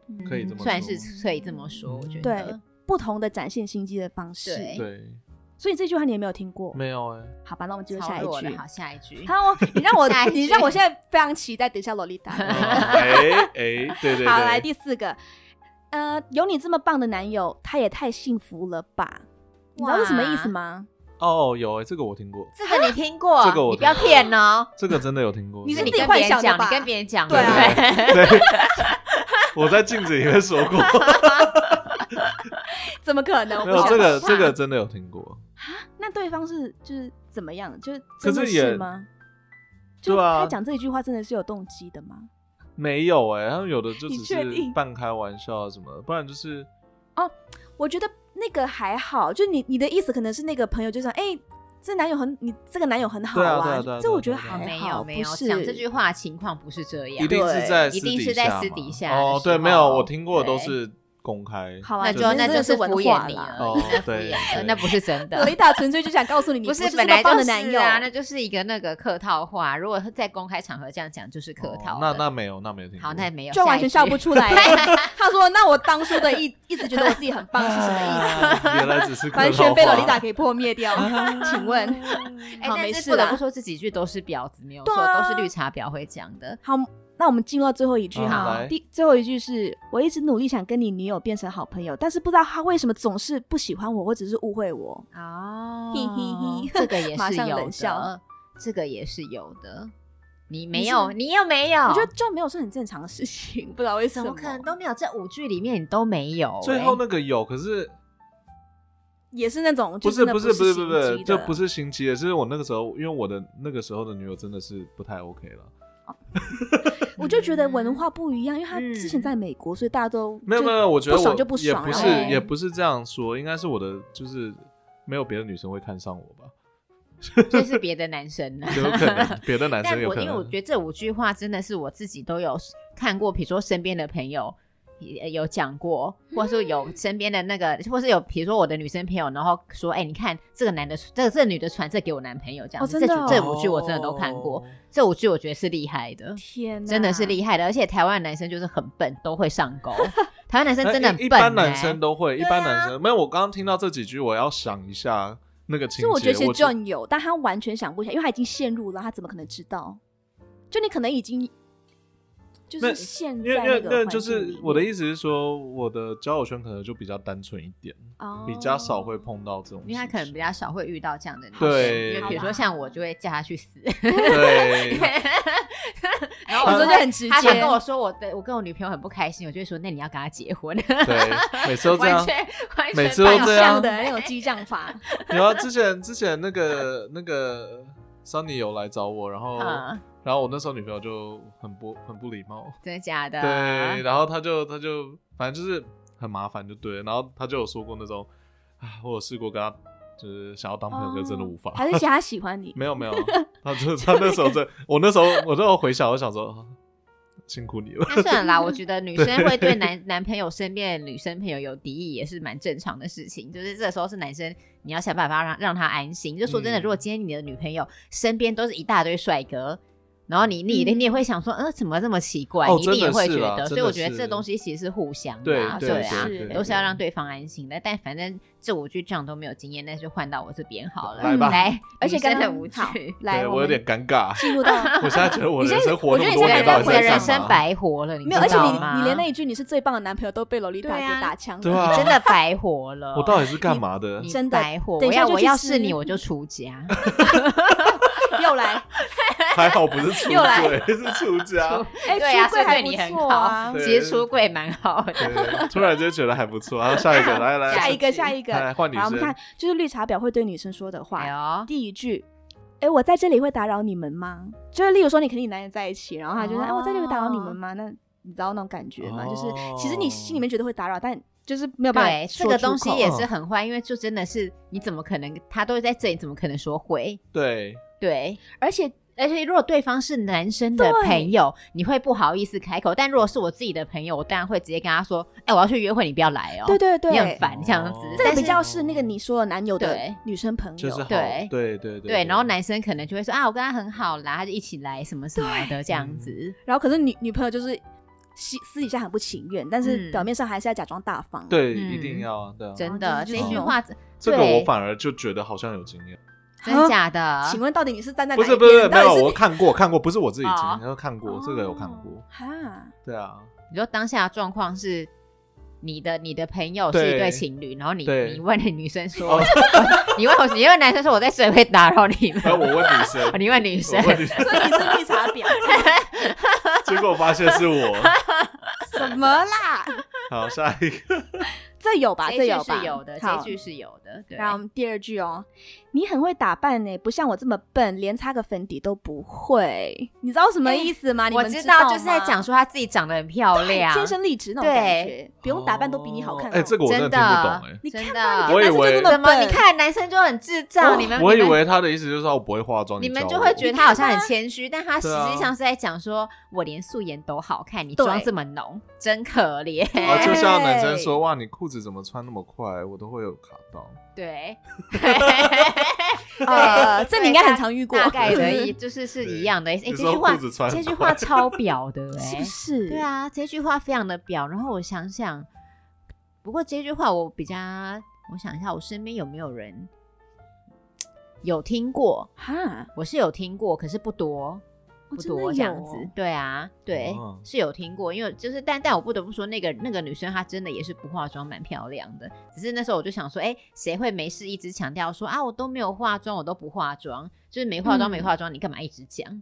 Speaker 2: 嗯
Speaker 1: 可以这么说
Speaker 3: 算是可以这么说，我觉得
Speaker 2: 对不同的展现心机的方式。
Speaker 3: 对
Speaker 1: 对，
Speaker 2: 所以这句话你也没有听过。
Speaker 1: 没有 哎，
Speaker 2: 好吧，那我们进入
Speaker 3: 超
Speaker 2: 下一
Speaker 3: 弱的
Speaker 2: 句。
Speaker 3: 好，下一句。
Speaker 2: 好，你让我
Speaker 3: 下一，句
Speaker 2: 你让我现在非常期待，等一下洛丽塔。
Speaker 1: 哦哎哎，对对对，
Speaker 2: 好，来第四个，呃，有你这么棒的男友，他也太幸福了吧？你知道是什么意思吗？
Speaker 1: 哦有哎，这个我听过，
Speaker 3: 这个你听过？
Speaker 1: 这个我
Speaker 3: 你不要骗哦。
Speaker 1: 这个真的有听过，
Speaker 3: 你是
Speaker 1: 这
Speaker 3: 你
Speaker 1: 个
Speaker 2: 自己
Speaker 3: 跟
Speaker 2: 幻
Speaker 3: 别人
Speaker 2: 想的
Speaker 3: 讲，你
Speaker 2: 吧
Speaker 3: 跟别人讲的，
Speaker 2: 对啊
Speaker 3: 对不对？
Speaker 1: 对， 我在镜子里面说 过，
Speaker 2: 怎么可能？我
Speaker 1: 没
Speaker 2: 不
Speaker 1: 有
Speaker 2: 想
Speaker 1: 这个
Speaker 2: 怕
Speaker 1: 这个真的有听过，
Speaker 2: 那对方是就是怎么样？就是
Speaker 1: 可
Speaker 2: 真
Speaker 1: 是
Speaker 2: 的
Speaker 1: 也
Speaker 2: 是吗？就
Speaker 1: 对啊
Speaker 2: 他讲这句话真的是有动机的吗？
Speaker 1: 没有哎，他们有的就
Speaker 2: 你
Speaker 1: 只
Speaker 2: 确
Speaker 1: 是
Speaker 2: 定
Speaker 1: 半开玩笑啊什么的，不然就是
Speaker 2: 我觉得那个还好，就你你的意思可能是那个朋友就想，哎、这男友很你这个男友很好
Speaker 1: 对啊对啊对啊
Speaker 2: 这我觉得
Speaker 1: 对
Speaker 2: 还
Speaker 1: 啊
Speaker 2: 好，
Speaker 1: 对
Speaker 3: 没有没有
Speaker 2: 不，是
Speaker 3: 讲这句话情况不是这样，
Speaker 1: 一定是在
Speaker 3: 一
Speaker 1: 私
Speaker 3: 定
Speaker 1: 底
Speaker 3: 是在
Speaker 1: 下
Speaker 3: 私
Speaker 1: 嘛
Speaker 3: 底下
Speaker 1: 哦
Speaker 3: 的，
Speaker 1: 对，
Speaker 3: 时
Speaker 1: 没有，
Speaker 3: 候
Speaker 1: 我听过的都
Speaker 3: 对
Speaker 1: 是公开，
Speaker 2: 好啊
Speaker 3: 那
Speaker 1: 就
Speaker 3: 就是那
Speaker 2: 这
Speaker 3: 就
Speaker 2: 就是
Speaker 3: 敷
Speaker 2: 文
Speaker 3: 衍
Speaker 2: 化
Speaker 3: 你了
Speaker 2: 啦，
Speaker 1: 哦
Speaker 3: 那是敷
Speaker 1: 对
Speaker 3: 衍的
Speaker 1: 对
Speaker 3: 那不是 真的。
Speaker 2: 雷达纯粹就想告诉你，你
Speaker 3: 不
Speaker 2: 是
Speaker 3: 是
Speaker 2: 这
Speaker 3: 本
Speaker 2: 么
Speaker 3: 来
Speaker 2: 棒
Speaker 3: 就
Speaker 2: 的
Speaker 3: 是
Speaker 2: 男友
Speaker 3: 啊，那就是一个那个客套话。如果在公开场合这样讲，就是客
Speaker 1: 哦
Speaker 3: 套
Speaker 1: 那
Speaker 3: 的。
Speaker 1: 那没有，那没有听过，
Speaker 3: 好，那没有，
Speaker 2: 就完全
Speaker 3: 下
Speaker 2: 笑
Speaker 3: 一句
Speaker 2: 不出 来。他说：“那我当初的一一直觉得我自己很棒是什么意思？
Speaker 1: 啊原来只 是
Speaker 2: 完全被
Speaker 1: 被
Speaker 2: 洛丽塔给破 灭掉。请问，
Speaker 3: 哎，
Speaker 2: 好
Speaker 3: 但
Speaker 2: 没
Speaker 3: 是
Speaker 2: 事
Speaker 3: 不得
Speaker 2: 啦
Speaker 3: 不说，这几句都是婊子，没有
Speaker 2: 对
Speaker 3: 错，
Speaker 2: 啊
Speaker 3: 都是绿茶婊会讲的。
Speaker 2: 好，那我们进入到最后一句
Speaker 1: 嗯
Speaker 2: 哈
Speaker 1: 来。
Speaker 2: 第最后一句是我一直努力想跟你女友变成好朋友，但是不知道她为什么总是不喜欢我，或者是误会我。
Speaker 3: 哦
Speaker 2: 嘿嘿 嘿
Speaker 3: 这个也
Speaker 2: 马
Speaker 3: 是
Speaker 2: 上
Speaker 3: 有
Speaker 2: 冷
Speaker 3: 的
Speaker 2: 笑，
Speaker 3: 这个也是有的。你没
Speaker 2: 你是
Speaker 3: 有，你又没有，
Speaker 2: 我觉得这没有是很正常的事情，不知道为什
Speaker 3: 哦怎么可能都没有？这五句里面你都没有、
Speaker 1: 最
Speaker 3: 哎
Speaker 1: 后那个有，可是
Speaker 2: 也是那种
Speaker 1: 不
Speaker 2: 就是真的
Speaker 1: 不是
Speaker 2: 不
Speaker 1: 不是
Speaker 2: 心
Speaker 1: 不是，
Speaker 2: 机
Speaker 1: 这
Speaker 2: 的
Speaker 1: 不是心机的，是我那个时候，因为我的那个时候的女友真的是不太 OK 了。
Speaker 2: 我就觉得文化不一样，因为他
Speaker 3: 嗯
Speaker 2: 之前在美国，所以大家都
Speaker 1: 没有
Speaker 2: 就
Speaker 1: 没有，我觉得
Speaker 2: 不
Speaker 1: 我
Speaker 2: 爽就不
Speaker 1: 也
Speaker 2: 爽，
Speaker 1: 不
Speaker 2: 然
Speaker 1: 是
Speaker 2: 后
Speaker 1: 也不是这样说，应该是我的就是没有别的女生会看上我吧，
Speaker 3: 这是别的男 生呢、
Speaker 1: 有可能别的男
Speaker 3: 但
Speaker 1: 生有
Speaker 3: 我
Speaker 1: 可
Speaker 3: 因为我
Speaker 1: 能。
Speaker 3: 觉得这五句话真的是我自己都有看过，比如说身边的朋友也呃有讲过，或是
Speaker 2: 嗯
Speaker 3: 有身边的那个，或是有比如说我的女生朋友，然后说，哎、你看这个男的，这个这个女的传这给我男朋友，这样子，
Speaker 2: 哦真的
Speaker 3: 这
Speaker 2: 哦
Speaker 3: 句这五句我真的都看过，
Speaker 1: 哦，
Speaker 3: 这五句我觉得是厉害的。
Speaker 2: 天哪，
Speaker 3: 真的是厉害的，而且台湾男生就是很笨，都会上钩。台湾男生真的
Speaker 1: 那
Speaker 3: 很
Speaker 1: 一
Speaker 3: 笨、
Speaker 1: 一
Speaker 3: 欸，
Speaker 1: 般男生都会，一
Speaker 3: 对
Speaker 1: 般
Speaker 3: 啊
Speaker 1: 男生没有。我刚刚听到这几句，我要想一下那个情
Speaker 2: 所以
Speaker 1: 节。
Speaker 2: 我觉得其实
Speaker 1: 我
Speaker 2: John 有，但他完全想不起来，因为他已经陷入了，他怎么可能知道？就你可能已经就
Speaker 1: 那
Speaker 2: 是陷
Speaker 1: 因为
Speaker 2: 在
Speaker 1: 因为
Speaker 2: 那
Speaker 1: 因
Speaker 2: 个
Speaker 1: 为就是我的意思是说，我的交友圈可能就比较单纯一点，
Speaker 2: 思
Speaker 1: 比较少会。碰到这种事情，
Speaker 3: 哦因为他可能比较少会遇到这样的女生，
Speaker 1: 对
Speaker 3: 因为比如说像我就会叫他去死，
Speaker 1: 对，
Speaker 3: 然后我
Speaker 2: 你说
Speaker 3: 就
Speaker 2: 就很直
Speaker 3: 他
Speaker 2: 接
Speaker 3: 想跟我说我的我跟我女朋友很不开心，我就会说那你要跟她结婚，
Speaker 1: 对，每次都这样
Speaker 3: 完。全完全
Speaker 1: 每次都
Speaker 3: 反
Speaker 1: 这
Speaker 3: 向
Speaker 1: 样
Speaker 2: 像的那种激将 法，
Speaker 1: 然后啊之前之前那个那个 Sunny 有来找我，然后、
Speaker 2: 哦
Speaker 3: 嗯，啊
Speaker 1: 然后我那时候女朋友就很不很不礼貌，
Speaker 3: 真的假的？
Speaker 1: 对，，然后她就她就反正就是很麻烦就对了，然后她就有说过那种，啊，我有试过跟她就是想要当朋友，可是真
Speaker 3: 哦
Speaker 1: 的无法。
Speaker 2: 哦还是其实他喜欢你？
Speaker 1: 没有没有，他就他那时候在，我那时候我那时候回想，我想说，啊辛苦你了。
Speaker 3: 那算了啦，我觉得女生会对男男朋友身边的女生朋友有敌意，也是蛮正常的事情。就是这时候是男生，你要想办法让让他安心。就说真的，
Speaker 1: 嗯
Speaker 3: 如果今天你的女朋友身边都是一大堆帅哥，然后你你
Speaker 2: 嗯
Speaker 3: 你也会想说，呃，怎么这么奇怪？
Speaker 1: 哦
Speaker 3: 你一定也会
Speaker 1: 真的
Speaker 3: 觉
Speaker 1: 是啦
Speaker 3: 得。所以
Speaker 1: 真的
Speaker 3: 我觉得
Speaker 1: 是
Speaker 3: 这东西其实是互相
Speaker 1: 对
Speaker 3: 的、啊，
Speaker 1: 对
Speaker 3: 啊，
Speaker 2: 是
Speaker 1: 对
Speaker 3: 都是要让
Speaker 1: 对
Speaker 3: 对方安心的。但反正这五句这样都没有经验，那就换到我这边好了。
Speaker 1: 来吧
Speaker 3: 来，
Speaker 2: 而且刚
Speaker 3: 真的
Speaker 2: 刚
Speaker 3: 五
Speaker 2: 好
Speaker 3: 句。
Speaker 2: 来，
Speaker 1: 对
Speaker 2: 们
Speaker 1: 我有点尴尬。
Speaker 2: 进入到
Speaker 1: 我现在觉得 我
Speaker 2: 你现
Speaker 1: 人
Speaker 2: 在
Speaker 1: 生活
Speaker 2: 我
Speaker 1: 那
Speaker 2: 觉
Speaker 1: 么
Speaker 2: 得
Speaker 1: 多年，
Speaker 2: 你现在
Speaker 1: 到底
Speaker 2: 在
Speaker 1: 在
Speaker 3: 我的
Speaker 2: 干
Speaker 3: 人
Speaker 1: 干
Speaker 3: 生
Speaker 1: 嘛？
Speaker 3: 白活了，
Speaker 2: 没有，而
Speaker 3: 知
Speaker 2: 且
Speaker 3: 道
Speaker 2: 你
Speaker 3: 吗
Speaker 2: 你连那一句你是最棒的男朋友都被洛丽塔
Speaker 3: 对
Speaker 2: 给
Speaker 3: 啊
Speaker 2: 打枪了，
Speaker 1: 对啊
Speaker 3: 你真的白活了。
Speaker 1: 我到底是干嘛的
Speaker 3: 你？
Speaker 2: 真的
Speaker 3: 白活，
Speaker 2: 等
Speaker 3: 我
Speaker 2: 一下
Speaker 3: 要
Speaker 2: 就
Speaker 3: 我
Speaker 2: 去
Speaker 3: 要
Speaker 2: 吃
Speaker 3: 是你，我就出家。
Speaker 2: 又 来，
Speaker 1: 还好不是出
Speaker 3: 又来
Speaker 1: 轨，是出家。
Speaker 2: 哎，
Speaker 3: 对啊
Speaker 2: 出柜还
Speaker 3: 所以对你
Speaker 2: 不
Speaker 3: 很
Speaker 2: 错啊
Speaker 1: 好对，
Speaker 3: 其实出柜蛮好的，
Speaker 1: 对，突然间觉得还不错。然后下一个，来来，
Speaker 2: 下一个
Speaker 3: 是
Speaker 2: 下一个，
Speaker 1: 来来换女
Speaker 2: 好，我们
Speaker 1: 生
Speaker 2: 看，就是绿茶婊会对女生说的话
Speaker 3: 哎，呦，
Speaker 2: 第一句。哎，我在这里会打扰你们吗？就是，例如说，你跟你男人在一起，然后他就
Speaker 3: 哦
Speaker 2: 说：“哎、我在这里会打扰你们吗？”那你知道那种感觉吗？就是其实
Speaker 1: 哦
Speaker 2: 你心里面觉得会打扰，但就是没有办法
Speaker 3: 对，这
Speaker 2: 说
Speaker 3: 个
Speaker 2: 出
Speaker 3: 东西
Speaker 2: 口
Speaker 1: 嗯
Speaker 3: 也是很坏，因为就真的是你怎么可能，他都在这里，怎么可能说会？
Speaker 1: 对，
Speaker 3: 对，
Speaker 2: 而且
Speaker 3: 而且如果对方是男生的
Speaker 2: 对
Speaker 3: 朋友，你会不好意思开口；但如果是我自己的朋友，我当然会直接跟他说：“哎、我要去约会，你不要来哦。”
Speaker 2: 嗯对对对，
Speaker 3: 你很烦这样子
Speaker 1: 哦。
Speaker 2: 这
Speaker 3: 但
Speaker 2: 个
Speaker 3: 是
Speaker 2: 比较是那个你说的男友的
Speaker 3: 对
Speaker 2: 女生朋友，
Speaker 1: 就是好
Speaker 3: 对
Speaker 1: 对对对
Speaker 3: 对，然后男生可能就会说啊，我跟他很好啦，他就一起来什么什么的这样子。
Speaker 1: 嗯
Speaker 2: 然后可是女女朋友就是私私底下很不情愿，但是
Speaker 3: 嗯
Speaker 2: 表面上还是要假装大方。，
Speaker 1: 对，
Speaker 3: 嗯
Speaker 1: 一定要啊对啊。
Speaker 3: 真的，
Speaker 2: 就
Speaker 3: 这
Speaker 2: 是
Speaker 3: 句话
Speaker 1: 这个
Speaker 3: 对
Speaker 1: 我反而就觉得好像有经验，
Speaker 3: 真假的？
Speaker 2: 请问到底你是站在
Speaker 1: 不
Speaker 2: 哪
Speaker 1: 是
Speaker 2: 一
Speaker 1: 不是
Speaker 2: 边？
Speaker 1: 没有，
Speaker 2: 到底
Speaker 1: 我看过看过，不是我自己经
Speaker 3: 哦
Speaker 1: 验，然后看过这个有看过
Speaker 2: 哦，哈，
Speaker 1: 对啊，
Speaker 3: 你说当下的状况是你的你的朋友是一
Speaker 1: 对
Speaker 3: 对情侣，然后你
Speaker 1: 对
Speaker 3: 你问那女生说
Speaker 1: 哦，
Speaker 3: 你问我你问男生说我在这里会打扰你吗
Speaker 1: 然？后呃我问女
Speaker 3: 哦
Speaker 1: 生，
Speaker 3: 你问女生
Speaker 1: 我，问女生，
Speaker 2: 所以你是绿茶 婊？
Speaker 1: 结果发现是 我。
Speaker 2: 什么啦？
Speaker 1: 好，下一个，
Speaker 2: 这有吧？
Speaker 3: 这一
Speaker 2: 有
Speaker 3: 句
Speaker 2: 吧？
Speaker 3: 是有的，这
Speaker 2: 好
Speaker 3: 一句是有的。对，
Speaker 2: 然后我们第二句哦，你很会打扮呢，不像我这么笨，连擦个粉底都不会。你知道什么意思吗？你
Speaker 3: 我
Speaker 2: 们
Speaker 3: 知
Speaker 2: 哎道
Speaker 3: 道
Speaker 2: 吗，哎
Speaker 3: 就是在讲说她自己长得很漂亮，
Speaker 2: 天生丽质那种
Speaker 3: 对
Speaker 2: 感觉，不用打扮都比你好
Speaker 3: 哦
Speaker 2: 看。
Speaker 1: 哎，这个我真的
Speaker 3: 真
Speaker 1: 听不懂哎。
Speaker 2: 你看
Speaker 3: 真
Speaker 2: 吧，哦
Speaker 3: 的
Speaker 2: 你
Speaker 1: 我以为
Speaker 2: 看男生就这
Speaker 3: 怎
Speaker 2: 么
Speaker 3: 么
Speaker 2: 笨，
Speaker 3: 你看男生就很智障，你们
Speaker 1: 我以
Speaker 3: 你们
Speaker 1: 为他的意思就是说我不会化妆，
Speaker 3: 你们
Speaker 1: 教
Speaker 3: 就
Speaker 1: 我
Speaker 3: 会觉得他好像很谦虚，但他实
Speaker 1: 对啊
Speaker 3: 际上是在讲说，我连素颜都好看，你
Speaker 2: 对
Speaker 3: 妆这么浓，真可怜。
Speaker 1: 哦，就像男生
Speaker 2: 对
Speaker 3: 哎
Speaker 1: 说哇，你裤子怎么穿那么快，我都会有卡到。
Speaker 3: 对，
Speaker 2: 呃，这你应该很常遇 过，
Speaker 3: 大概的意就是是一样的。哎，这
Speaker 1: 你
Speaker 3: 句
Speaker 1: 说
Speaker 3: 话
Speaker 1: 裤子穿
Speaker 3: 这句
Speaker 1: 很
Speaker 3: 话
Speaker 1: 快
Speaker 3: 超表的，
Speaker 2: 是不
Speaker 3: 哎，
Speaker 2: 是？
Speaker 3: 对，啊，这句话非常的表。然后我想想，不过这句话我比较，我想一下，我身边有没有人有听过？
Speaker 2: 哈，
Speaker 3: 我是有听过，可是不多，
Speaker 2: 哦
Speaker 3: 不
Speaker 2: 真的
Speaker 3: 多这样子
Speaker 2: 有哦。
Speaker 3: 对啊，对，
Speaker 1: 哦
Speaker 3: 是有听过，因为就是但但我不得不说，那个那个女生她真的也是不化妆，蛮漂亮的。只是那时候我就想说，哎、谁会没事一直强调说啊，我都没有化妆，我都不化妆，就是没化妆、
Speaker 2: 嗯
Speaker 3: 没化妆，你干嘛一直讲？